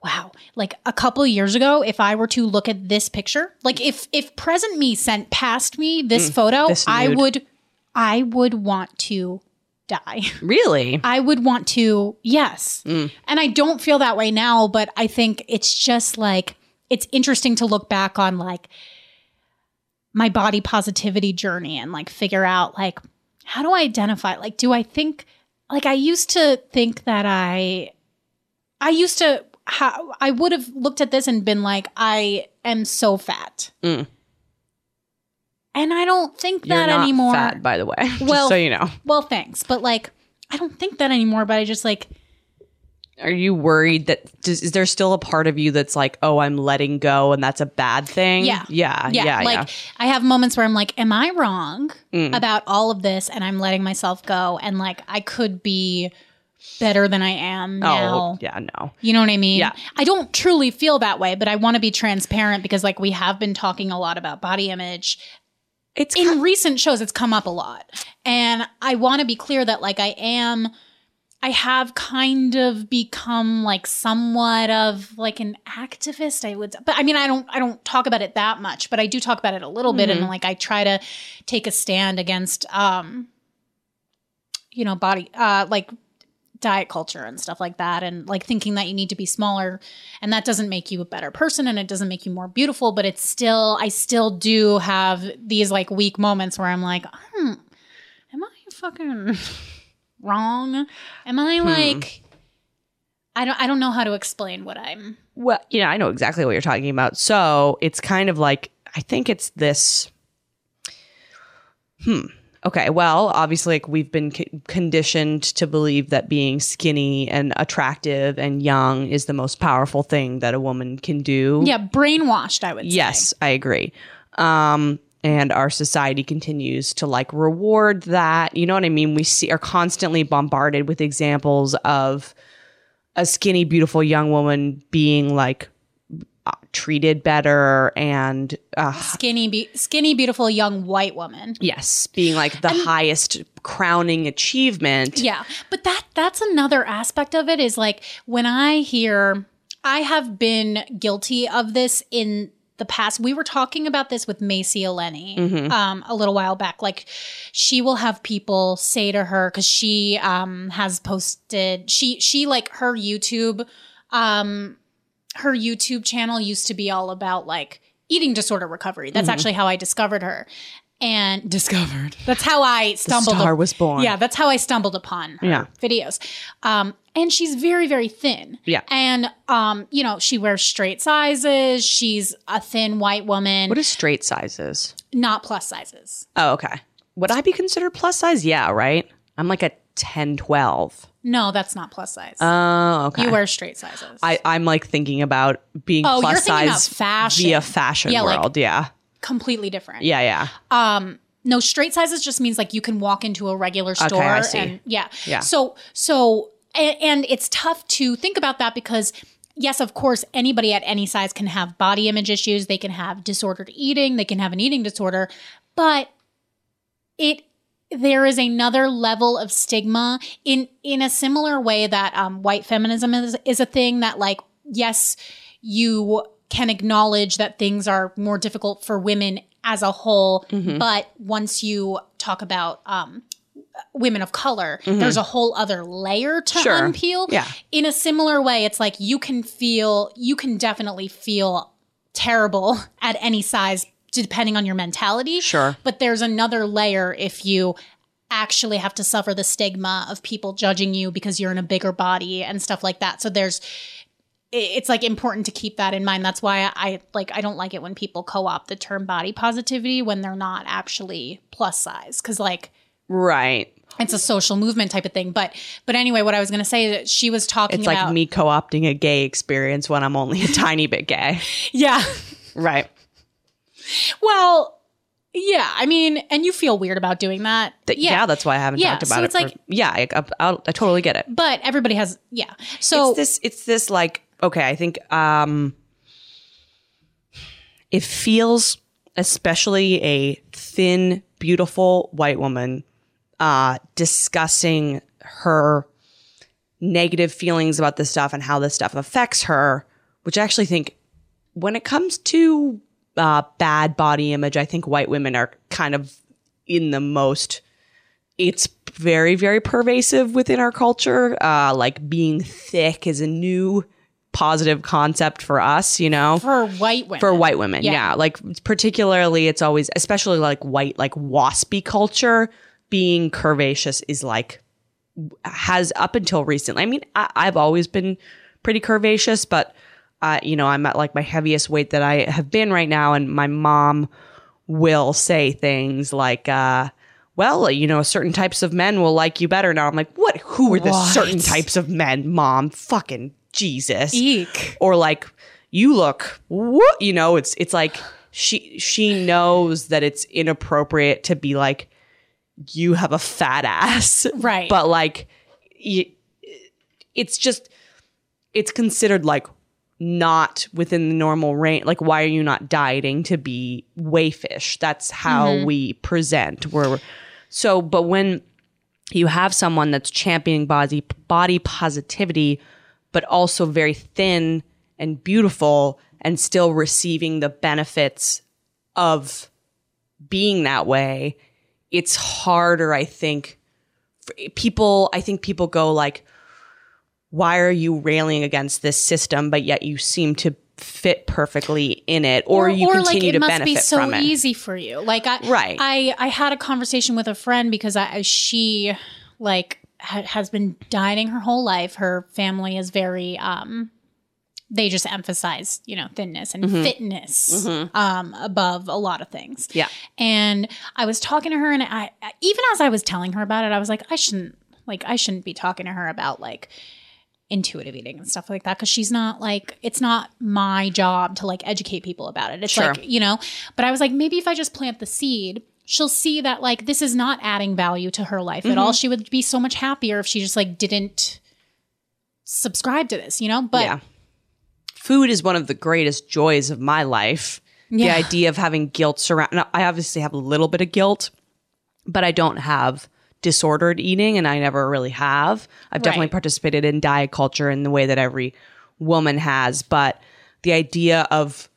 Speaker 1: wow, like a couple years ago, if I were to look at this picture, like if if present me sent past me this photo,
Speaker 2: Mm, this
Speaker 1: I
Speaker 2: nude.
Speaker 1: would I would want to die.
Speaker 2: Really?
Speaker 1: I would want to, yes.
Speaker 2: Mm.
Speaker 1: And I don't feel that way now, but I think it's just like, it's interesting to look back on like my body positivity journey and like figure out like, how do I identify? Like, do I think like I used to think that I, I used to, how, I would have looked at this and been like, I am so fat.
Speaker 2: Mm.
Speaker 1: And I don't think
Speaker 2: You're
Speaker 1: that
Speaker 2: not
Speaker 1: anymore.
Speaker 2: fat, by the way. Just
Speaker 1: Well-
Speaker 2: so you know,
Speaker 1: Well, thanks, but like I don't think that anymore. But I just like
Speaker 2: are you worried that does, is there still a part of you that's like, oh, I'm letting go, and that's a bad thing?
Speaker 1: Yeah.
Speaker 2: yeah,
Speaker 1: yeah,
Speaker 2: yeah, yeah.
Speaker 1: like I have moments where I'm like, am I wrong
Speaker 2: Mm.
Speaker 1: about all of this? And I'm letting myself go, and like I could be better than I am now.
Speaker 2: oh, yeah, no.
Speaker 1: You know what I mean?
Speaker 2: Yeah.
Speaker 1: I don't truly feel that way, but I want to be transparent because like we have been talking a lot about body image.
Speaker 2: It's
Speaker 1: In recent shows it's come up a lot. And I want to be clear that like I am I have kind of become like somewhat of like an activist, I would but I mean I don't I don't talk about it that much, but I do talk about it a little bit
Speaker 2: Mm-hmm.
Speaker 1: and like I try to take a stand against um you know, body uh like diet culture and stuff like that and like thinking that you need to be smaller and that doesn't make you a better person and it doesn't make you more beautiful but it's still i still do have these like weak moments where i'm like hmm, am i fucking wrong am i like i don't i don't know how to explain what i'm
Speaker 2: Well, you know, I know exactly what you're talking about. So it's kind of like I think it's this. Hmm. Okay. Well, obviously, like we've been c- conditioned to believe that being skinny and attractive and young is the most powerful thing that a woman can do.
Speaker 1: yeah brainwashed i would say
Speaker 2: Yes, I agree. Um, and our society continues to like reward that. You know what I mean? We see are constantly bombarded with examples of a skinny, beautiful young woman being like uh, treated better and uh,
Speaker 1: skinny be- skinny beautiful young white woman
Speaker 2: yes, being like the highest crowning achievement.
Speaker 1: Yeah. But that that's another aspect of it is like when I hear I have been guilty of this in the past. We were talking about this with Macy Eleni um, a little while back. Like she will have people say to her because she um, has posted she she like her YouTube um, her YouTube channel used to be all about like eating disorder recovery. That's actually how I discovered her. And discovered. That's how I stumbled.
Speaker 2: star
Speaker 1: up-
Speaker 2: was born.
Speaker 1: Yeah, that's how I stumbled upon her
Speaker 2: Yeah.
Speaker 1: videos. Um, and she's very, very thin.
Speaker 2: Yeah.
Speaker 1: And um, you know, she wears straight sizes. She's a thin white woman,
Speaker 2: What is straight sizes?
Speaker 1: not plus sizes.
Speaker 2: Oh, okay. Would I be considered plus size? Yeah, right? I'm like a 10, 12.
Speaker 1: No, that's not plus size.
Speaker 2: Oh, okay.
Speaker 1: you wear straight sizes.
Speaker 2: I, I'm like thinking about being
Speaker 1: Oh, you're
Speaker 2: plus
Speaker 1: thinking about
Speaker 2: size
Speaker 1: fashion.
Speaker 2: via fashion
Speaker 1: Yeah, like-
Speaker 2: world. yeah.
Speaker 1: Completely different.
Speaker 2: Yeah. Yeah.
Speaker 1: um no straight sizes just means like you can walk into a regular store
Speaker 2: I see.
Speaker 1: and yeah
Speaker 2: Yeah.
Speaker 1: so so and, and it's tough to think about that because yes of course anybody at any size can have body image issues they can have disordered eating they can have an eating disorder but it there is another level of stigma in in a similar way that um, white feminism is is a thing that like yes you can acknowledge that things are more difficult for women as a whole
Speaker 2: Mm-hmm.
Speaker 1: but once you talk about um, women of color there's a whole other layer to
Speaker 2: Mm-hmm. Sure.
Speaker 1: unpeel
Speaker 2: Yeah.
Speaker 1: in a similar way it's like you can feel you can definitely feel terrible at any size depending on your mentality
Speaker 2: Sure.
Speaker 1: but there's another layer if you actually have to suffer the stigma of people judging you because you're in a bigger body and stuff like that. So there's i- it's like important to keep that in mind. That's why I like I don't like it when people co-opt the term body positivity when they're not actually plus size cuz like
Speaker 2: Right.
Speaker 1: it's a social movement type of thing. But but anyway, what I was going to say that she was talking
Speaker 2: It's
Speaker 1: about
Speaker 2: like me co opting a gay experience when I'm only a tiny bit gay.
Speaker 1: Yeah.
Speaker 2: Right.
Speaker 1: well, yeah, I mean, and you feel weird about doing that.
Speaker 2: Th- yeah. that's why I haven't
Speaker 1: Yeah,
Speaker 2: talked
Speaker 1: so
Speaker 2: about it.
Speaker 1: it's
Speaker 2: for-
Speaker 1: like-
Speaker 2: yeah, I, I, I'll- I totally get it.
Speaker 1: But everybody has yeah. So
Speaker 2: it's this it's this like okay i think um it feels especially a thin beautiful white woman uh discussing her negative feelings about this stuff and how this stuff affects her which i actually think when it comes to uh bad body image i think white women are kind of in the most it's very very pervasive within our culture uh like being thick is a new positive concept for us you know
Speaker 1: for white women.
Speaker 2: for white women
Speaker 1: Yeah.
Speaker 2: yeah. like particularly it's always especially like white like waspy culture being curvaceous is like has up until recently. I mean, I, I've always been pretty curvaceous, but uh, you know, I'm at like my heaviest weight that I have been right now, and my mom will say things like, uh, well, you know, certain types of men will like you better now. I'm like, what? Who are the
Speaker 1: What?
Speaker 2: certain types of men, mom? Fucking Jesus.
Speaker 1: Eek.
Speaker 2: Or like, you look, what? You know, it's it's like she she knows that it's inappropriate to be like, you have a fat ass,
Speaker 1: Right.
Speaker 2: But like, y- it's just it's considered like not within the normal range. Like, why are you not dieting to be wayfish? That's how we present. We're so, but when you have someone that's championing body body positivity, but also very thin and beautiful, and still receiving the benefits of being that way, it's harder. I think for people. I think people go like, why are you railing against this system but yet you seem to fit perfectly in it or, you continue
Speaker 1: like,
Speaker 2: to
Speaker 1: it must
Speaker 2: benefit
Speaker 1: be so
Speaker 2: from it
Speaker 1: easy for you like i
Speaker 2: Right.
Speaker 1: i i had a conversation with a friend because i she like ha- has been dieting her whole life her family is very um they just emphasize you know thinness and
Speaker 2: Mm-hmm.
Speaker 1: fitness um above a lot of things
Speaker 2: yeah
Speaker 1: and I was talking to her, and I I- even as I was telling her about it, I was like, I shouldn't like I shouldn't be talking to her about like intuitive eating and stuff like that because she's not like it's not my job to like educate people about it. It's
Speaker 2: Sure.
Speaker 1: like you know, but I was like, maybe if I just plant the seed. She'll see that like this is not adding value to her life at
Speaker 2: Mm-hmm.
Speaker 1: all. She would be so much happier if she just like didn't subscribe to this, you know? But
Speaker 2: yeah food is one of the greatest joys of my life
Speaker 1: Yeah.
Speaker 2: the idea of having guilt surround now, i obviously have a little bit of guilt but i don't have disordered eating and i never really have i've definitely
Speaker 1: Right.
Speaker 2: participated in diet culture in the way that every woman has but the idea of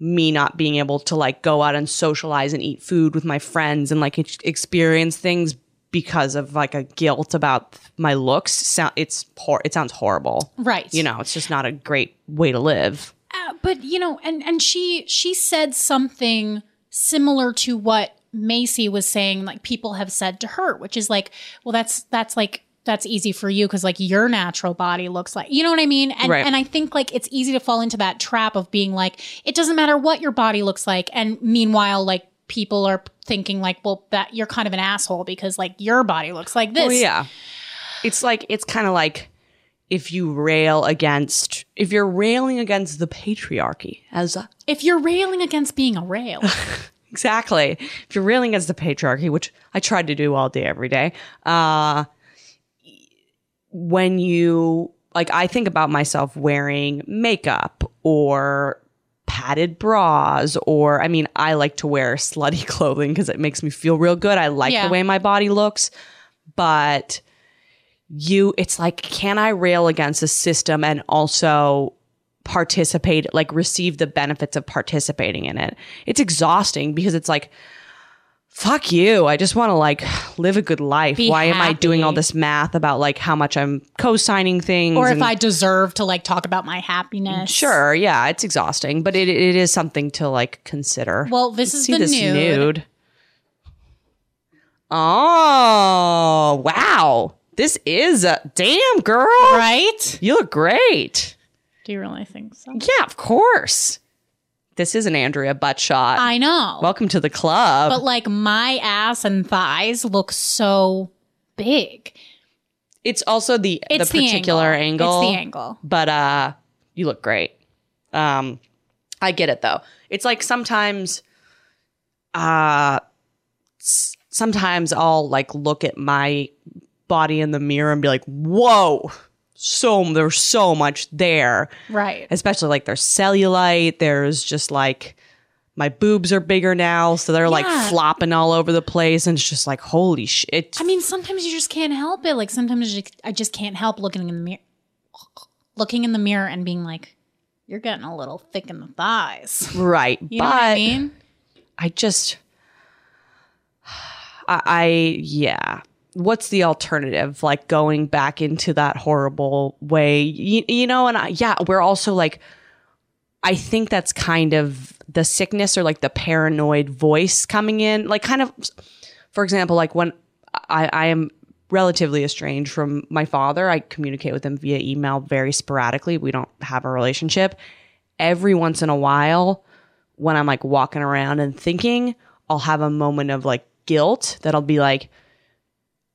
Speaker 2: me not being able to like go out and socialize and eat food with my friends and like ex- experience things because of like a guilt about my looks sound it's hor- it sounds horrible
Speaker 1: right.
Speaker 2: you know it's just not a great way to live
Speaker 1: Uh, but you know and and she she said something similar to what macy was saying like people have said to her which is like well that's that's like that's easy for you because like your natural body looks like you know what i mean and
Speaker 2: Right.
Speaker 1: and i think like it's easy to fall into that trap of being like it doesn't matter what your body looks like and meanwhile like people are thinking like well that you're kind of an asshole because like your body looks like this
Speaker 2: Oh yeah. It's like it's kind of like if you rail against if you're railing against the patriarchy as a,
Speaker 1: if you're railing against being a rail
Speaker 2: exactly if you're railing against the patriarchy, which I tried to do all day every day. Uh, when you like, I think about myself wearing makeup or padded bras or i mean i like to wear slutty clothing because it makes me feel real good i like
Speaker 1: Yeah.
Speaker 2: the way my body looks but you it's like can i rail against the system and also participate like receive the benefits of participating in it it's exhausting because it's like fuck you i just want to like live a good life
Speaker 1: Be
Speaker 2: why am i doing all
Speaker 1: happy.
Speaker 2: this math about like how much i'm co-signing things
Speaker 1: or if
Speaker 2: and-
Speaker 1: i deserve to like talk about my happiness
Speaker 2: sure yeah it's exhausting but it, it is something to like consider
Speaker 1: well this is
Speaker 2: see
Speaker 1: the
Speaker 2: this
Speaker 1: nude.
Speaker 2: nude oh wow this is a damn girl
Speaker 1: Right?
Speaker 2: You look great.
Speaker 1: Do you really think so?
Speaker 2: Yeah, of course. This is an Andrea butt shot.
Speaker 1: I know.
Speaker 2: Welcome to the club.
Speaker 1: but like my ass and thighs look so big.
Speaker 2: it's also the
Speaker 1: It's
Speaker 2: the particular angle.
Speaker 1: It's the angle.
Speaker 2: But uh you look great. Um I get it though. It's like sometimes uh s- sometimes I'll like look at my body in the mirror and be like, "Whoa. So there's so much there."
Speaker 1: Right.
Speaker 2: especially like there's cellulite there's just like my boobs are bigger now so they're like
Speaker 1: Yeah.
Speaker 2: flopping all over the place and it's just like holy shit
Speaker 1: I mean, sometimes you just can't help it. Like sometimes you- I just can't help looking in the mirror looking in the mirror and being like, You're getting a little thick in the thighs.
Speaker 2: right
Speaker 1: You
Speaker 2: but
Speaker 1: know what I mean?
Speaker 2: I just I, I yeah what's the alternative like going back into that horrible way you, you know and I, yeah we're also like i think that's kind of the sickness or like the paranoid voice coming in like kind of for example like when i i am relatively estranged from my father. I communicate with him via email very sporadically. We don't have a relationship. Every once in a while, when I'm like walking around and thinking, I'll have a moment of like guilt that'll be like,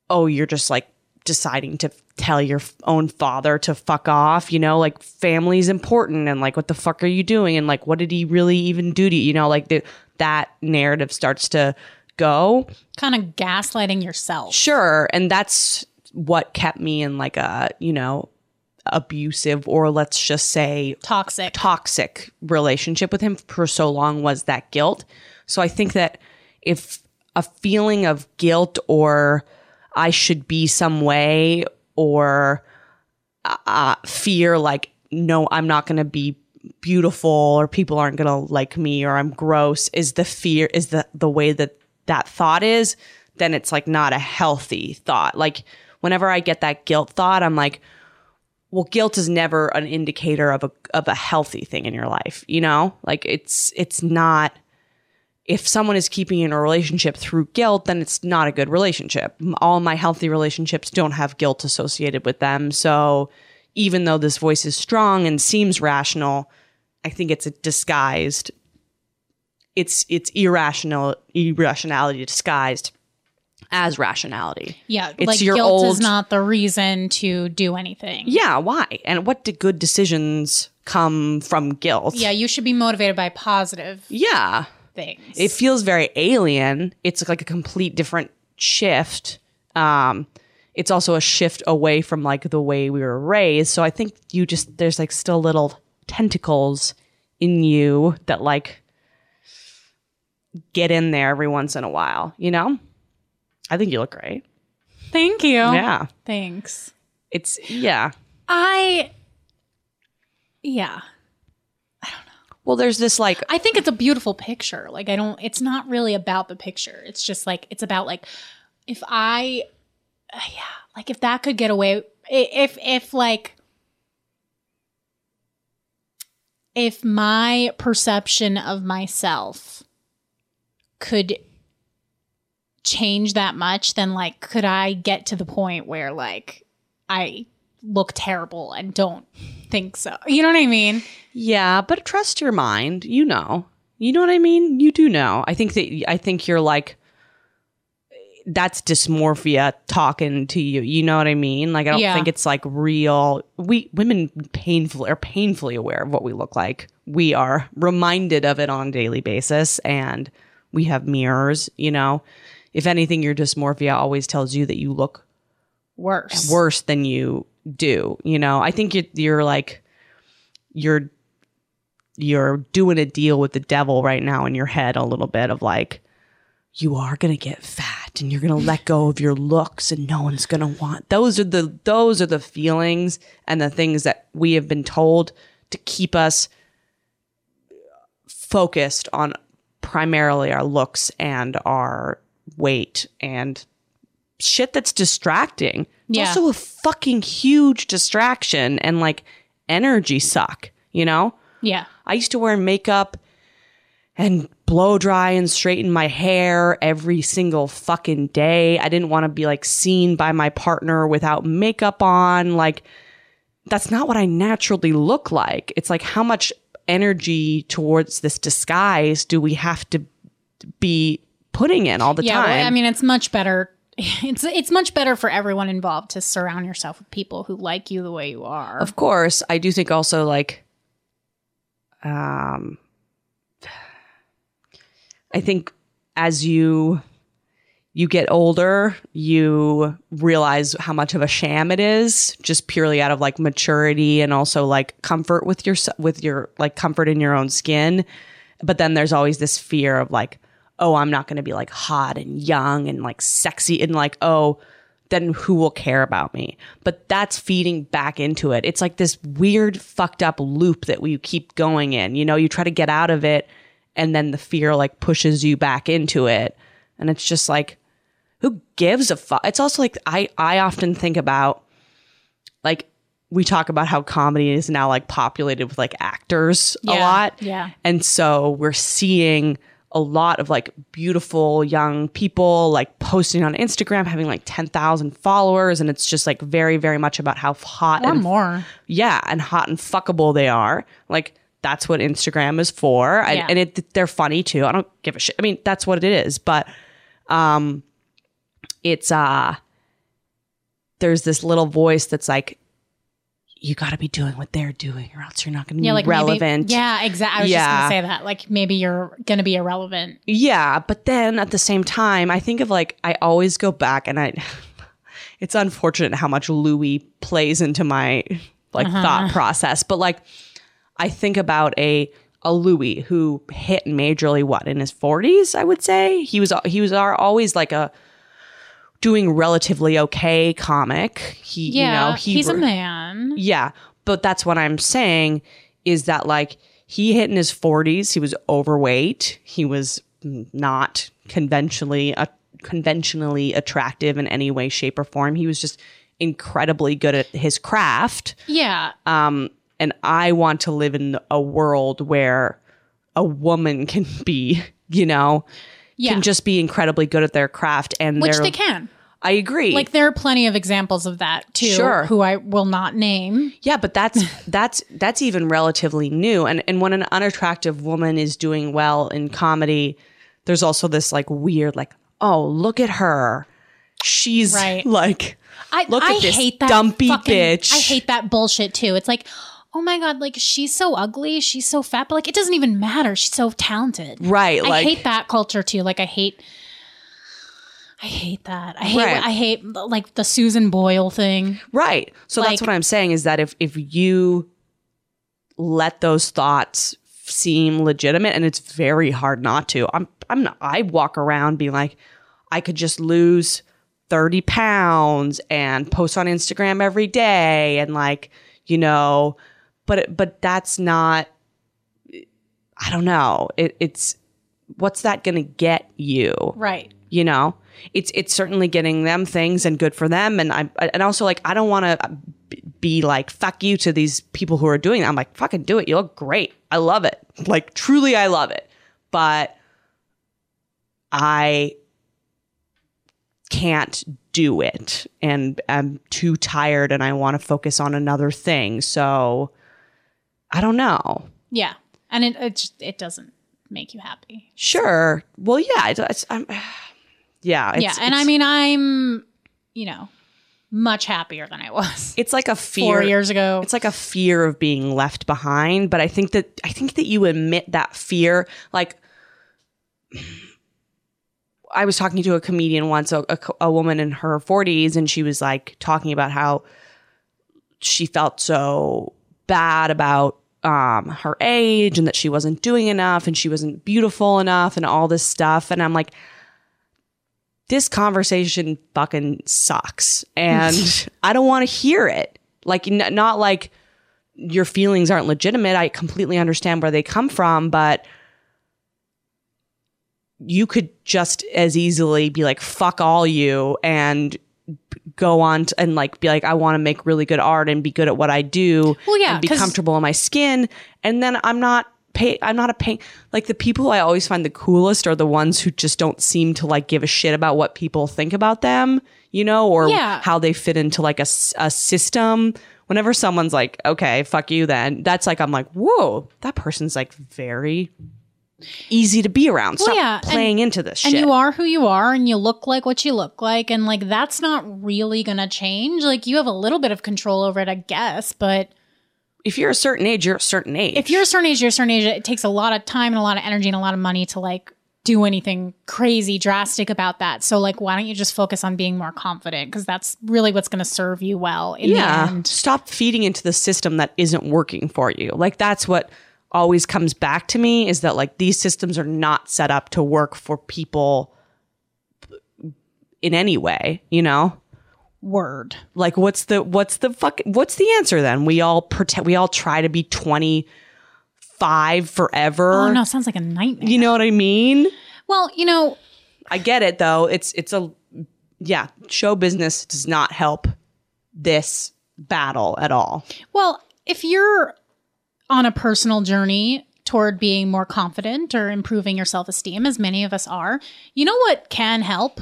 Speaker 2: oh, you're just like deciding to f- tell your f- own father to fuck off, you know, like family's important and like what the fuck are you doing and like what did he really even do to you, you know, like the, that narrative starts to go.
Speaker 1: Kind of gaslighting yourself.
Speaker 2: Sure, and that's what kept me in like a, you know, abusive or let's just say
Speaker 1: Toxic.
Speaker 2: toxic relationship with him for so long was that guilt. So I think that if a feeling of guilt or I should be some way or uh, fear like, no, I'm not going to be beautiful or people aren't going to like me or I'm gross is the fear, is the, the way that that thought is, then it's like not a healthy thought. Like, whenever I get that guilt thought, I'm like, well guilt is never an indicator of a of a healthy thing in your life you know like it's it's not if someone is keeping you in a relationship through guilt then it's not a good relationship M- all my healthy relationships don't have guilt associated with them so even though this voice is strong and seems rational i think it's a disguised it's it's irrational irrationality disguised as rationality
Speaker 1: Yeah,
Speaker 2: It's
Speaker 1: like
Speaker 2: your
Speaker 1: guilt
Speaker 2: old-
Speaker 1: is not the reason to do anything.
Speaker 2: Yeah, why? And what do good decisions come from guilt?
Speaker 1: Yeah, you should be motivated by positive
Speaker 2: Yeah.
Speaker 1: things.
Speaker 2: It feels very alien. It's like a complete different shift. Um, it's also a shift away from like the way we were raised. So I think you just there's like still little tentacles in you that like get in there every once in a while, you know? I think you look great.
Speaker 1: Thank you.
Speaker 2: Yeah.
Speaker 1: Thanks.
Speaker 2: It's yeah.
Speaker 1: I Yeah.
Speaker 2: Well, there's this like
Speaker 1: I think it's a beautiful picture. Like I don't it's not really about the picture. It's just like it's about like if I uh, yeah, like if that could get away i- if if like if my perception of myself could change that much then like could I get to the point where like I look terrible and don't think so. You know what I mean?
Speaker 2: Yeah, but trust your mind. You know. You know what I mean? You do know. I think that I think you're like that's dysmorphia talking to you. You know what I mean? Like I don't
Speaker 1: Yeah.
Speaker 2: think it's like real. We women painfully are painfully aware of what we look like. We are reminded of it on a daily basis and we have mirrors, you know. If anything your dysmorphia always tells you that you look
Speaker 1: Worse.
Speaker 2: worse than you do. You know, I think you're, you're like you're you're doing a deal with the devil right now in your head a little bit of like you are gonna get fat and you're gonna let go of your looks and no one's gonna want those are the those are the feelings and the things that we have been told to keep us focused on primarily our looks and our weight and shit that's distracting. It's
Speaker 1: Yeah.
Speaker 2: also a fucking huge distraction and like energy suck, you know?
Speaker 1: Yeah.
Speaker 2: I used to wear makeup and blow dry and straighten my hair every single fucking day. I didn't want to be like seen by my partner without makeup on. Like, that's not what I naturally look like. It's like, how much energy towards this disguise do we have to be putting in all the
Speaker 1: yeah,
Speaker 2: time?
Speaker 1: well, I mean, it's much better. It's it's much better for everyone involved to surround yourself with people who like you the way you are.
Speaker 2: of course i do think also like um i think as you you get older you realize how much of a sham it is just purely out of like maturity and also like comfort with your with your like comfort in your own skin but then there's always this fear of like oh i'm not going to be like hot and young and like sexy and like oh then who will care about me but that's feeding back into it it's like this weird fucked up loop that you keep going in you know you try to get out of it and then the fear like pushes you back into it and it's just like who gives a fuck it's also like i i often think about like we talk about how comedy is now like populated with like actors a
Speaker 1: Yeah,
Speaker 2: lot
Speaker 1: yeah.
Speaker 2: and so we're seeing a lot of like beautiful young people like posting on Instagram, having like 10,000 followers. And it's just like very, very much about how hot
Speaker 1: or
Speaker 2: and
Speaker 1: more.
Speaker 2: yeah, and hot and fuckable they are. Like that's what Instagram is for, I,
Speaker 1: Yeah.
Speaker 2: and it they're funny too. I don't give a shit. I mean, that's what it is. But um, it's uh, there's this little voice that's like, you got to be doing what they're doing, or else you're not going to
Speaker 1: Yeah,
Speaker 2: be
Speaker 1: like maybe-
Speaker 2: relevant.
Speaker 1: yeah, exactly. I was
Speaker 2: Yeah.
Speaker 1: just gonna say that. Like maybe you're gonna be irrelevant.
Speaker 2: Yeah, but then at the same time, I think of like I always go back and I it's unfortunate how much Louis plays into my like
Speaker 1: Uh-huh.
Speaker 2: thought process, but like I think about a a Louis who hit majorly what in his 40s, I would say. He was he was our- always like a doing relatively okay comic. He
Speaker 1: Yeah,
Speaker 2: you know, he
Speaker 1: he's a
Speaker 2: re-
Speaker 1: man.
Speaker 2: yeah, but that's what I'm saying is that like he hit in his 40s, he was overweight, he was not conventionally uh, conventionally attractive in any way shape or form. He was just incredibly good at his craft.
Speaker 1: Yeah,
Speaker 2: Um and I want to live in a world where a woman can be, you know,
Speaker 1: yeah.
Speaker 2: can just be incredibly good at their craft and
Speaker 1: Which
Speaker 2: their
Speaker 1: they can.
Speaker 2: I agree.
Speaker 1: Like there are plenty of examples of that too.
Speaker 2: Sure.
Speaker 1: Who I will not name.
Speaker 2: Yeah, but that's that's that's even relatively new. And and when an unattractive woman is doing well in comedy, there's also this like weird like, oh, look at her. She's
Speaker 1: Right.
Speaker 2: like
Speaker 1: I
Speaker 2: Look at
Speaker 1: I
Speaker 2: this
Speaker 1: hate that
Speaker 2: dumpy
Speaker 1: fucking-
Speaker 2: bitch.
Speaker 1: I hate that bullshit too. It's like, oh my god, like she's so ugly, she's so fat, but like it doesn't even matter. She's so talented.
Speaker 2: right,
Speaker 1: I
Speaker 2: like
Speaker 1: hate that culture too. Like I hate. I hate that. I hate.
Speaker 2: Right.
Speaker 1: I hate like the Susan Boyle thing.
Speaker 2: right. So
Speaker 1: like-
Speaker 2: that's what I'm saying is that if if you let those thoughts seem legitimate and it's very hard not to. I'm I'm not, I walk around being like I could just lose 30 pounds and post on Instagram every day and like, you know, but it- but that's not I don't know. It, it's what's that going to get you?
Speaker 1: Right.
Speaker 2: you know it's it's certainly getting them things and good for them and i and also like i don't want to be like fuck you to these people who are doing that i'm like fucking do it you look great i love it like truly i love it but i can't do it and i'm too tired and i want to focus on another thing so i don't know
Speaker 1: Yeah. And it it, just, it doesn't make you happy.
Speaker 2: sure well yeah it's, it's, i'm yeah it's,
Speaker 1: yeah. And I
Speaker 2: it's-
Speaker 1: mean, I'm you know much happier than I was
Speaker 2: it's like a fear
Speaker 1: four years ago.
Speaker 2: it's like a fear of being left behind but i think that i think that you admit that fear like i was talking to a comedian once a, a co- a woman in her 40s and she was like talking about how she felt so bad about um, her age and that she wasn't doing enough and she wasn't beautiful enough and all this stuff and i'm like this conversation fucking sucks and i don't want to hear it like n- not like your feelings aren't legitimate i completely understand where they come from but you could just as easily be like fuck all you and b- go on t- and like be like i want to make really good art and be good at what i do
Speaker 1: Well, yeah,
Speaker 2: and be
Speaker 1: 'cause-
Speaker 2: comfortable in my skin and then i'm not pay i'm not a pain like the people i always find the coolest are the ones who just don't seem to like give a shit about what people think about them you know or
Speaker 1: Yeah.
Speaker 2: how they fit into like a, s- a system whenever someone's like okay fuck you then that's like i'm like whoa that person's like very easy to be around stop
Speaker 1: yeah, and-
Speaker 2: playing into this shit
Speaker 1: and you are who you are and you look like what you look like and like that's not really gonna change like you have a little bit of control over it i guess but
Speaker 2: if you're a certain age you're a certain age
Speaker 1: if you're a certain age, you're a certain age. It takes a lot of time and a lot of energy and a lot of money to like do anything crazy drastic about that. So like, why don't you just focus on being more confident? Because that's really what's going to serve you well in
Speaker 2: yeah
Speaker 1: the end.
Speaker 2: stop feeding into the system that isn't working for you like that's what always comes back to me is that like these systems are not set up to work for people in any way you know
Speaker 1: Word.
Speaker 2: like what's the what's the fuck what's the answer then we all pretend we all try to be 25 forever
Speaker 1: Oh no, sounds like a nightmare.
Speaker 2: you know what i mean
Speaker 1: well, you know,
Speaker 2: i get it though it's it's a yeah show business does not help this battle at all
Speaker 1: well, if you're on a personal journey toward being more confident or improving your self esteem, as many of us are, you know what can help?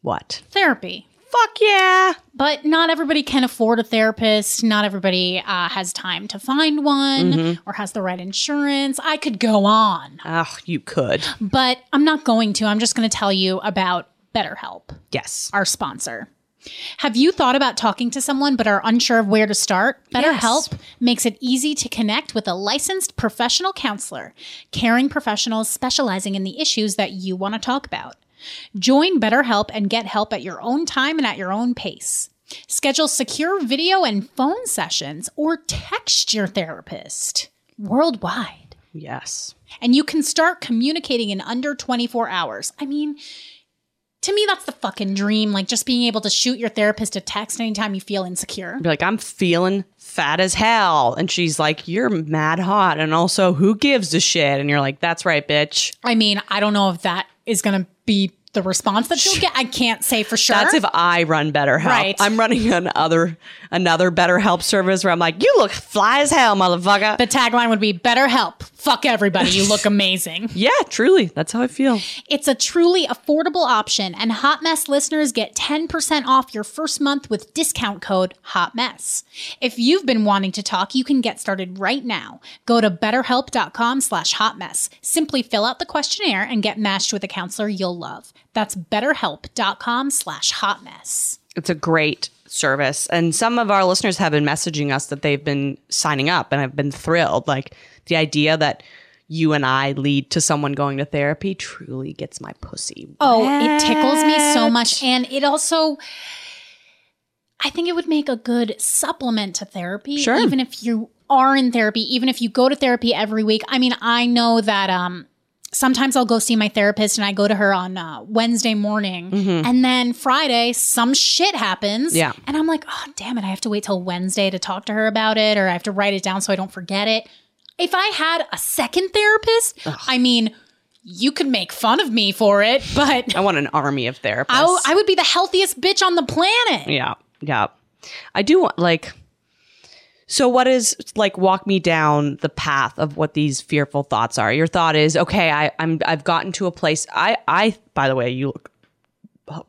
Speaker 2: What?
Speaker 1: Therapy.
Speaker 2: Fuck yeah.
Speaker 1: But not everybody can afford a therapist. Not everybody uh, has time to find one or has the right insurance. I could go on,
Speaker 2: Oh, you could.
Speaker 1: but I'm not going to. I'm just going to tell you about BetterHelp,
Speaker 2: Yes.
Speaker 1: our sponsor. Have you thought about talking to someone but are unsure of where to start?
Speaker 2: Yes.
Speaker 1: BetterHelp makes it easy to connect with a licensed professional counselor, caring professionals specializing in the issues that you want to talk about. Join BetterHelp and get help at your own time and at your own pace. Schedule secure video and phone sessions or text your therapist worldwide.
Speaker 2: Yes.
Speaker 1: And you can start communicating in under 24 hours. I mean, to me, that's the fucking dream. Like just being able to shoot your therapist a text anytime you feel insecure.
Speaker 2: Be like, I'm feeling fat as hell. And she's like, You're mad hot. And also, who gives a shit? And you're like, That's right, bitch.
Speaker 1: I mean, I don't know if that is going to be the response that you'll get. I can't say for sure.
Speaker 2: That's if I run BetterHelp.
Speaker 1: Right.
Speaker 2: I'm running another another BetterHelp service where I'm like, you look fly as hell, motherfucker.
Speaker 1: the tagline would be better help. Fuck everybody. You look amazing.
Speaker 2: yeah, truly, that's how I feel.
Speaker 1: It's a truly affordable option, and Hot Mess listeners get 10% off your first month with discount code Hot Mess. If you've been wanting to talk, you can get started right now. Go to betterhelp.com slash hot mess. Simply fill out the questionnaire and get matched with a counselor you'll love. That's betterhelp.com slash hot mess.
Speaker 2: It's a great service. And some of our listeners have been messaging us that they've been signing up, and I've been thrilled. Like the idea that you and I lead to someone going to therapy truly gets my pussy.
Speaker 1: Oh, it tickles me so much. And it also, I think it would make a good supplement to therapy.
Speaker 2: Sure.
Speaker 1: Even if you are in therapy, even if you go to therapy every week. I mean, I know that um, sometimes I'll go see my therapist and I go to her on uh, Wednesday morning. And then Friday, some shit happens.
Speaker 2: Mm-hmm. Yeah.
Speaker 1: And I'm like, oh, damn it. I have to wait till Wednesday to talk to her about it or I have to write it down so I don't forget it. If I had a second therapist, I mean, you could make fun of me for it, but
Speaker 2: I want an army of therapists.
Speaker 1: I, I would be the healthiest bitch on the planet.
Speaker 2: Yeah, yeah. I do want like. So what is like? Walk me down the path of what these fearful thoughts are. Your thought is okay. I, I'm I've gotten to a place. I I by the way, you look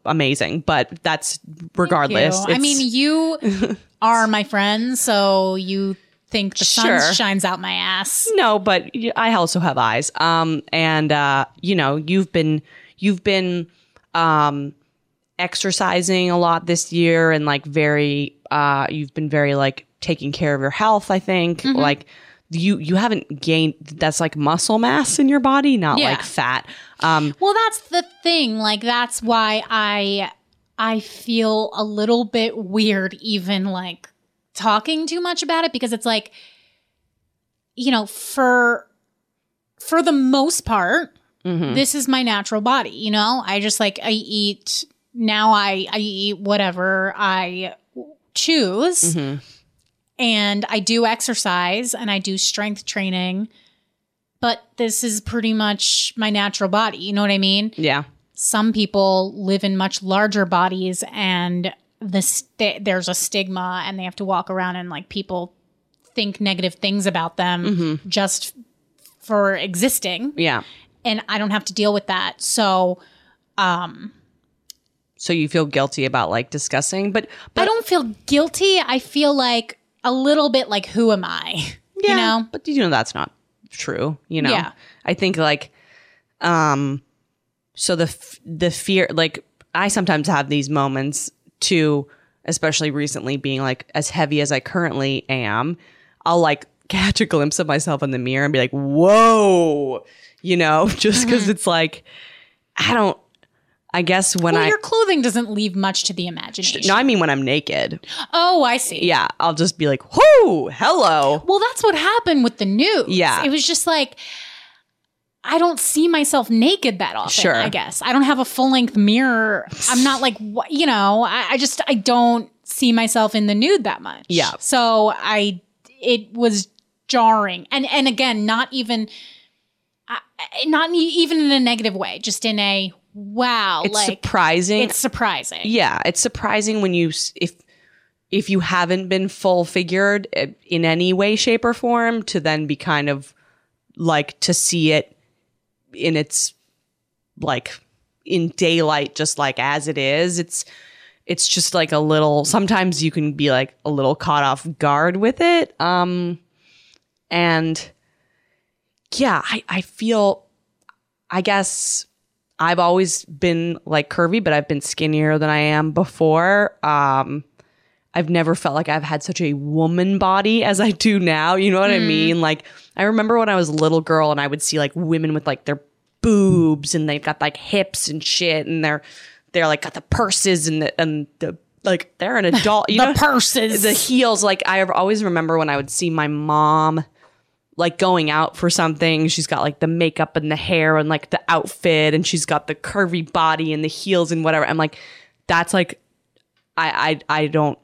Speaker 2: amazing, but that's regardless.
Speaker 1: You. I
Speaker 2: It's-
Speaker 1: mean, you are my friend, so you think the
Speaker 2: Sure.
Speaker 1: sun shines out my ass.
Speaker 2: No, but y- I also have eyes. Um, and uh, you know, you've been you've been um exercising a lot this year, and like very uh, you've been very like taking care of your health. I think like you you haven't gained that's like muscle mass in your body, not
Speaker 1: Yeah.
Speaker 2: like fat. Um,
Speaker 1: Well, that's the thing. Like, that's why I I feel a little bit weird, even like talking too much about it, because it's like, you know, for for the most part,
Speaker 2: mhm.
Speaker 1: this is my natural body you know i just like i eat now i i eat whatever i choose
Speaker 2: Mhm.
Speaker 1: and i do exercise and i do strength training but this is pretty much my natural body you know what i mean
Speaker 2: Yeah,
Speaker 1: some people live in much larger bodies and the st- there's a stigma and they have to walk around and like people think negative things about them
Speaker 2: Mm-hmm.
Speaker 1: just for existing
Speaker 2: yeah.
Speaker 1: and I don't have to deal with that. So
Speaker 2: So you feel guilty about like discussing, but but
Speaker 1: I don't feel guilty. I feel like a little bit like, who am I? You know?
Speaker 2: but you know that's not true you know
Speaker 1: Yeah.
Speaker 2: i think like um so the f- the fear like i sometimes have these moments too especially recently being like as heavy as i currently am i'll like catch a glimpse of myself in the mirror and be like whoa you know just because
Speaker 1: Mm-hmm.
Speaker 2: it's like i don't i guess when
Speaker 1: Well,
Speaker 2: i
Speaker 1: your clothing doesn't leave much to the imagination.
Speaker 2: no i mean when i'm naked
Speaker 1: oh, I see.
Speaker 2: yeah i'll just be like whoa hello
Speaker 1: Well, that's what happened with the news.
Speaker 2: Yeah.
Speaker 1: It was just like, I don't see myself naked that often,
Speaker 2: Sure.
Speaker 1: I guess. I don't have a full length mirror. I'm not like, wh- you know, I, I just, I don't see myself in the nude that much.
Speaker 2: Yeah.
Speaker 1: So I, it was jarring. And, and again, not even, I- I- not e- even in a negative way, just in a, wow,
Speaker 2: it's
Speaker 1: like,
Speaker 2: surprising
Speaker 1: it's surprising.
Speaker 2: yeah it's surprising when you s- if if you haven't been full figured eh, in any way shape or form to then be kind of like to see it in its like in daylight just like as it is it's it's just like a little sometimes you can be like a little caught off guard with it um and yeah i i feel i guess i've always been like curvy but i've been skinnier than i am before um I've never felt like I've had such a woman body as I do now. You know what I mean? Like I remember when I was a little girl and I would see like women with like their boobs and they've got like hips and shit and they're they're like got the purses and the and the like they're an adult. You know
Speaker 1: purses.
Speaker 2: the heels. Like I always remember when I would see my mom like going out for something. She's got like the makeup and the hair and like the outfit and she's got the curvy body and the heels and whatever. I'm like, that's like I I I don't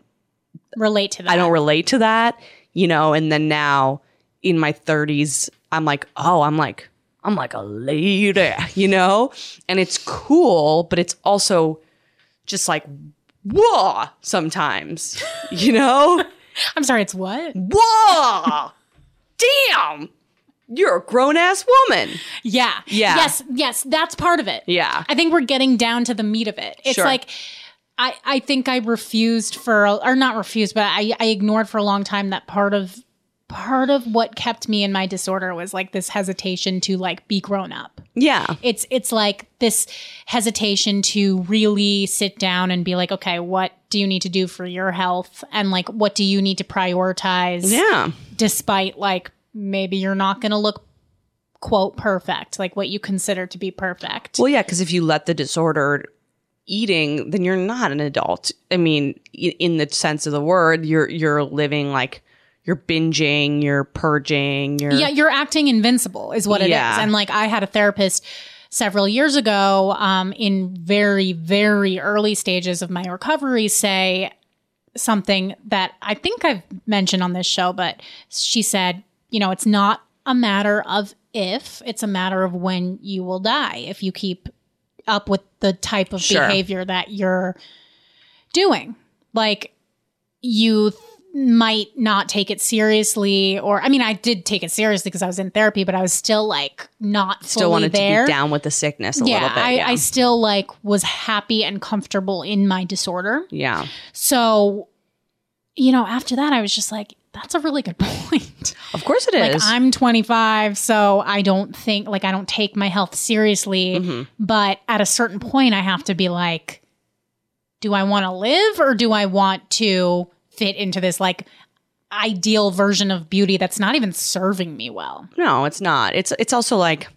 Speaker 1: relate to that.
Speaker 2: I don't relate to that, you know. And then now in my 30s, I'm like, oh, I'm like, I'm like a lady, you know? And it's cool, but it's also just like, whoa, sometimes, you know?
Speaker 1: I'm sorry, it's what?
Speaker 2: whoa, damn, you're a grown ass woman.
Speaker 1: Yeah.
Speaker 2: Yeah.
Speaker 1: Yes, yes, that's part of it.
Speaker 2: Yeah.
Speaker 1: I think we're getting down to the meat of it. It's
Speaker 2: Sure.
Speaker 1: like I, I think I refused for a- or not refused, but I, I ignored for a long time that part of part of what kept me in my disorder was like this hesitation to like be grown up.
Speaker 2: Yeah.
Speaker 1: It's it's like this hesitation to really sit down and be like, okay, what do you need to do for your health and like what do you need to prioritize?
Speaker 2: Yeah.
Speaker 1: despite like maybe you're not going to look quote perfect like what you consider to be perfect
Speaker 2: Well, yeah, because if you let the disordered eating, then you're not an adult. I mean, i- in the sense of the word, you're you're living like you're binging, you're purging, you're
Speaker 1: yeah you're acting invincible is what it is
Speaker 2: Yeah.
Speaker 1: and like i had a therapist several years ago um, in very very early stages of my recovery say something that i think i've mentioned on this show but she said you know it's not a matter of if it's a matter of when you will die if you keep up with the type of
Speaker 2: Sure.
Speaker 1: behavior that you're doing. Like you th- might not take it seriously, or I mean, I did take it seriously because I was in therapy, but I was still like not
Speaker 2: still
Speaker 1: fully
Speaker 2: wanted
Speaker 1: there.
Speaker 2: to be down with the sickness a
Speaker 1: yeah,
Speaker 2: little bit.
Speaker 1: I,
Speaker 2: yeah.
Speaker 1: I still like was happy and comfortable in my disorder.
Speaker 2: yeah.
Speaker 1: So, you know, after that, I was just like, that's a really good point.
Speaker 2: Of course it
Speaker 1: Like
Speaker 2: is.
Speaker 1: I'm 25, so I don't think like I don't take my health seriously.
Speaker 2: Mm-hmm.
Speaker 1: But at a certain point, I have to be like, do I want to live or do I want to fit into this like ideal version of beauty that's not even serving me well?
Speaker 2: No, it's not. It's it's also like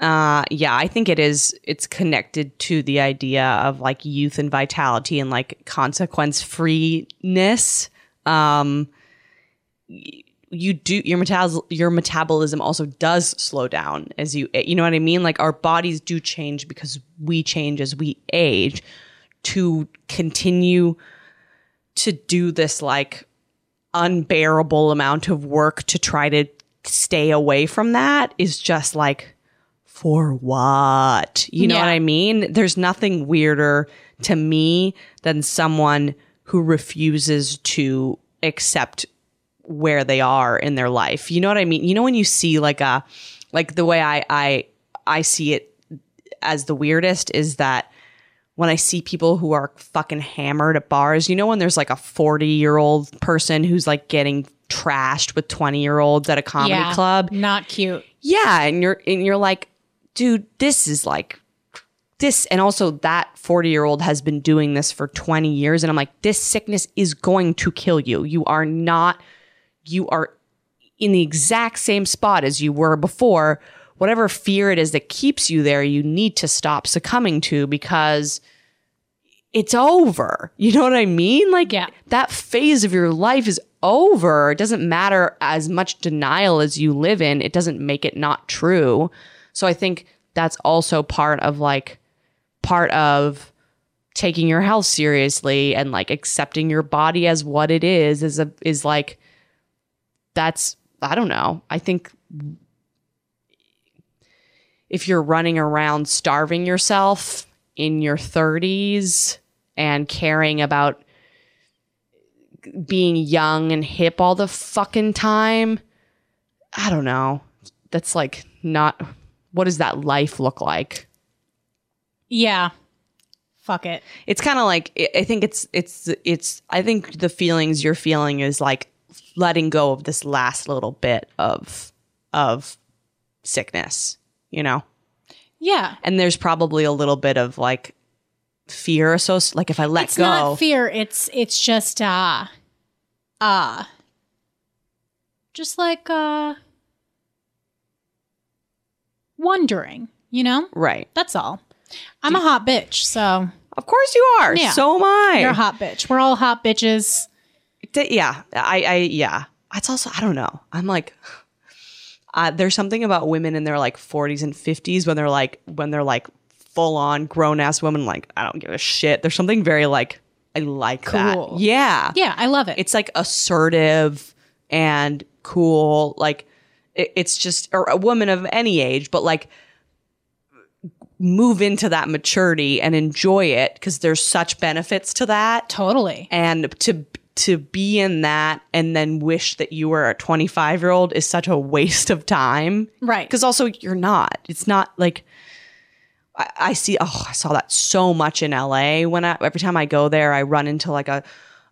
Speaker 2: uh yeah, I think it is it's connected to the idea of like youth and vitality and like consequence freeness. Um y- you do your metabol your metabolism also does slow down as you a- you know what I mean? Like our bodies do change because we change as we age to continue to do this like unbearable amount of work to try to stay away from that is just like for what? You know
Speaker 1: Yeah.
Speaker 2: what I mean? There's nothing weirder to me than someone who refuses to accept where they are in their life. You know what I mean? You know when you see like a like the way I I I see it as the weirdest is that when I see people who are fucking hammered at bars, you know, when there's like a 40 year old person who's like getting trashed with 20 year olds at a comedy
Speaker 1: yeah,
Speaker 2: club.
Speaker 1: not cute.
Speaker 2: Yeah. And you're, and you're like, dude, this is like this. And also that 40 year old has been doing this for 20 years. And I'm like, this sickness is going to kill you. You are not, you are in the exact same spot as you were before. Whatever fear it is that keeps you there, you need to stop succumbing to because it's over. You know what I mean? Like
Speaker 1: Yeah.
Speaker 2: that phase of your life is over. It doesn't matter as much denial as you live in, it doesn't make it not true. So I think that's also part of like part of taking your health seriously and like accepting your body as what it is is a is like that's I don't know. I think if you're running around starving yourself in your 30s and caring about being young and hip all the fucking time, I don't know. that's like not what does that life look like?
Speaker 1: Yeah. Fuck it.
Speaker 2: It's kind of like I- I think it's it's it's I think the feelings you're feeling is like letting go of this last little bit of of sickness, you know.
Speaker 1: Yeah.
Speaker 2: And there's probably a little bit of like fear associated like if I let
Speaker 1: it's
Speaker 2: go.
Speaker 1: not fear it's it's just uh uh just like uh wondering you know
Speaker 2: right.
Speaker 1: that's all i'm a hot bitch so
Speaker 2: Of course you are.
Speaker 1: Yeah.
Speaker 2: So am I.
Speaker 1: you're a hot bitch we're all hot bitches
Speaker 2: D- yeah i i yeah it's also i don't know i'm like uh, there's something about women in their like 40s and 50s when they're like when they're like full on grown ass women like i don't give a shit there's something very like i like
Speaker 1: Cool.
Speaker 2: that yeah
Speaker 1: yeah i love it
Speaker 2: it's like assertive and cool like it, it's just or a woman of any age but like move into that maturity and enjoy it because there's such benefits to that
Speaker 1: totally
Speaker 2: and to to be in that and then wish that you were a 25 year old is such a waste of time
Speaker 1: right
Speaker 2: because also you're not it's not like I, I see oh i saw that so much in la when i every time i go there i run into like a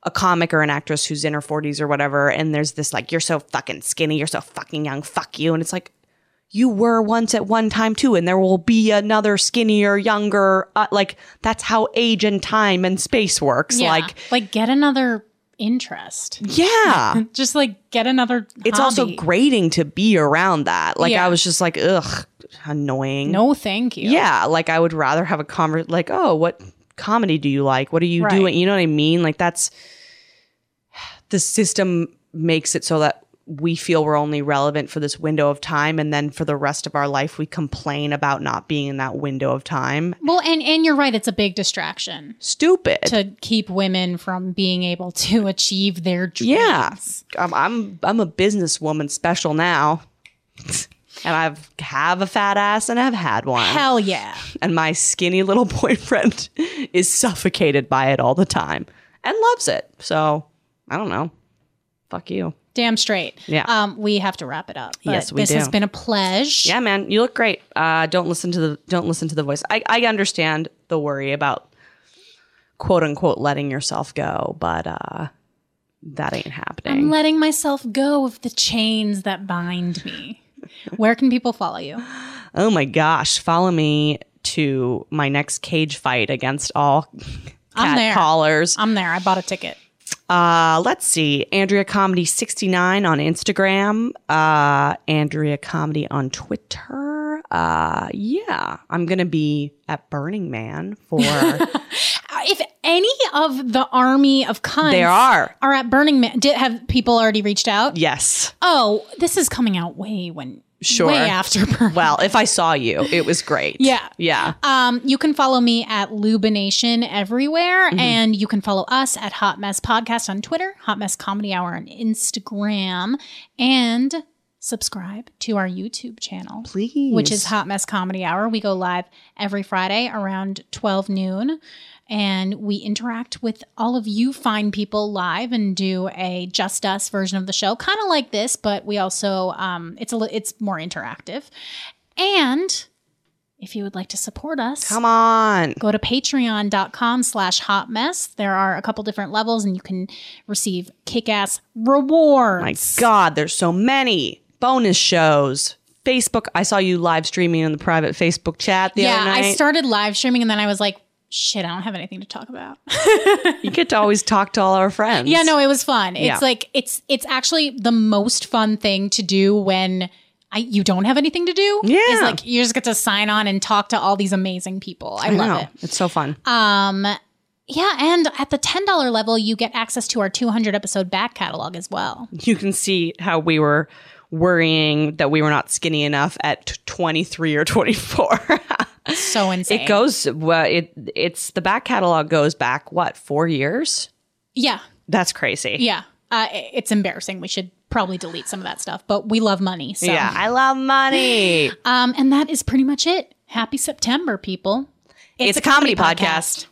Speaker 2: a comic or an actress who's in her 40s or whatever and there's this like you're so fucking skinny you're so fucking young fuck you and it's like you were once at one time too and there will be another skinnier younger uh, like that's how age and time and space works
Speaker 1: Yeah.
Speaker 2: like
Speaker 1: like get another interest
Speaker 2: yeah.
Speaker 1: just like get another
Speaker 2: It's also
Speaker 1: hobby.
Speaker 2: grating to be around that. Like
Speaker 1: Yeah.
Speaker 2: I was just like, ugh, annoying.
Speaker 1: no thank you
Speaker 2: Yeah. Like I would rather have a conver like, oh, what comedy do you like? What are you
Speaker 1: Right.
Speaker 2: doing? You know what I mean? Like that's the system makes it so that we feel we're only relevant for this window of time and then for the rest of our life we complain about not being in that window of time.
Speaker 1: well and and you're right it's a big distraction
Speaker 2: Stupid.
Speaker 1: to keep women from being able to achieve their dreams.
Speaker 2: Yeah. I'm I'm I'm a businesswoman special now. And I've have a fat ass and I've had one.
Speaker 1: Hell yeah.
Speaker 2: and my skinny little boyfriend is suffocated by it all the time and loves it. So I don't know. Fuck you.
Speaker 1: Damn straight.
Speaker 2: Yeah.
Speaker 1: Um, we have to wrap it up. But
Speaker 2: Yes, we
Speaker 1: this has
Speaker 2: do.
Speaker 1: been a pleasure.
Speaker 2: Yeah, man, you look great. Uh, don't listen to the don't listen to the voice. I, I understand the worry about quote unquote letting yourself go, but uh, that ain't
Speaker 1: I'm
Speaker 2: happening.
Speaker 1: letting myself go of the chains that bind me. Where can people follow you?
Speaker 2: oh my gosh, follow me to my next cage fight against all
Speaker 1: I'm
Speaker 2: cat
Speaker 1: there.
Speaker 2: callers.
Speaker 1: I'm there. I bought a ticket.
Speaker 2: Uh, let's see. Andrea Comedy 69 on Instagram. Uh, Andrea Comedy on Twitter. Uh, yeah, I'm going to be at Burning Man for.
Speaker 1: Uh, If any of the army of cunts
Speaker 2: there are.
Speaker 1: are at Burning Man, did have people already reached out?
Speaker 2: Yes.
Speaker 1: Oh, this is coming out way when
Speaker 2: Sure.
Speaker 1: way after Burning.
Speaker 2: Well, if I saw you, it was great.
Speaker 1: Yeah.
Speaker 2: Yeah.
Speaker 1: Um, you can follow me at Lubination everywhere,
Speaker 2: Mm-hmm.
Speaker 1: and you can follow us at Hot Mess Podcast on Twitter, Hot Mess Comedy Hour on Instagram, and subscribe to our YouTube channel,
Speaker 2: Please.
Speaker 1: which is Hot Mess Comedy Hour. We go live every Friday around 12 noon, and we interact with all of you fine people live and do a just us version of the show, kind of like this, but we also um, it's a li- it's more interactive, and if you would like to support us
Speaker 2: Come on.
Speaker 1: go to patreon.com slash hot mess there are a couple different levels and you can receive kick-ass rewards
Speaker 2: My God, there's so many bonus shows. Facebook. I saw you live streaming in the private Facebook chat the
Speaker 1: yeah
Speaker 2: other night.
Speaker 1: i started live streaming and then i was like shit i don't have anything to talk about
Speaker 2: you get to always talk to all our friends.
Speaker 1: yeah no it was fun it's
Speaker 2: Yeah.
Speaker 1: like it's it's actually the most fun thing to do when I, you don't have anything to do is
Speaker 2: Yeah.
Speaker 1: like you just get to sign on and talk to all these amazing people i,
Speaker 2: I
Speaker 1: love
Speaker 2: know.
Speaker 1: it
Speaker 2: It's so fun.
Speaker 1: Um, yeah, and at the ten dollar level, you get access to our two hundred episode back catalog as well.
Speaker 2: you can see how we were worrying that we were not skinny enough at t- 23 or 24.
Speaker 1: So insane.
Speaker 2: it goes well, it it's the back catalog goes back what, 4 years?
Speaker 1: yeah,
Speaker 2: That's crazy.
Speaker 1: yeah. Uh, i- it's embarrassing. We should probably delete some of that stuff, but we love money. So.
Speaker 2: Yeah, I love money.
Speaker 1: Um, and that is pretty much it. Happy September, people.
Speaker 2: it's a comedy podcast.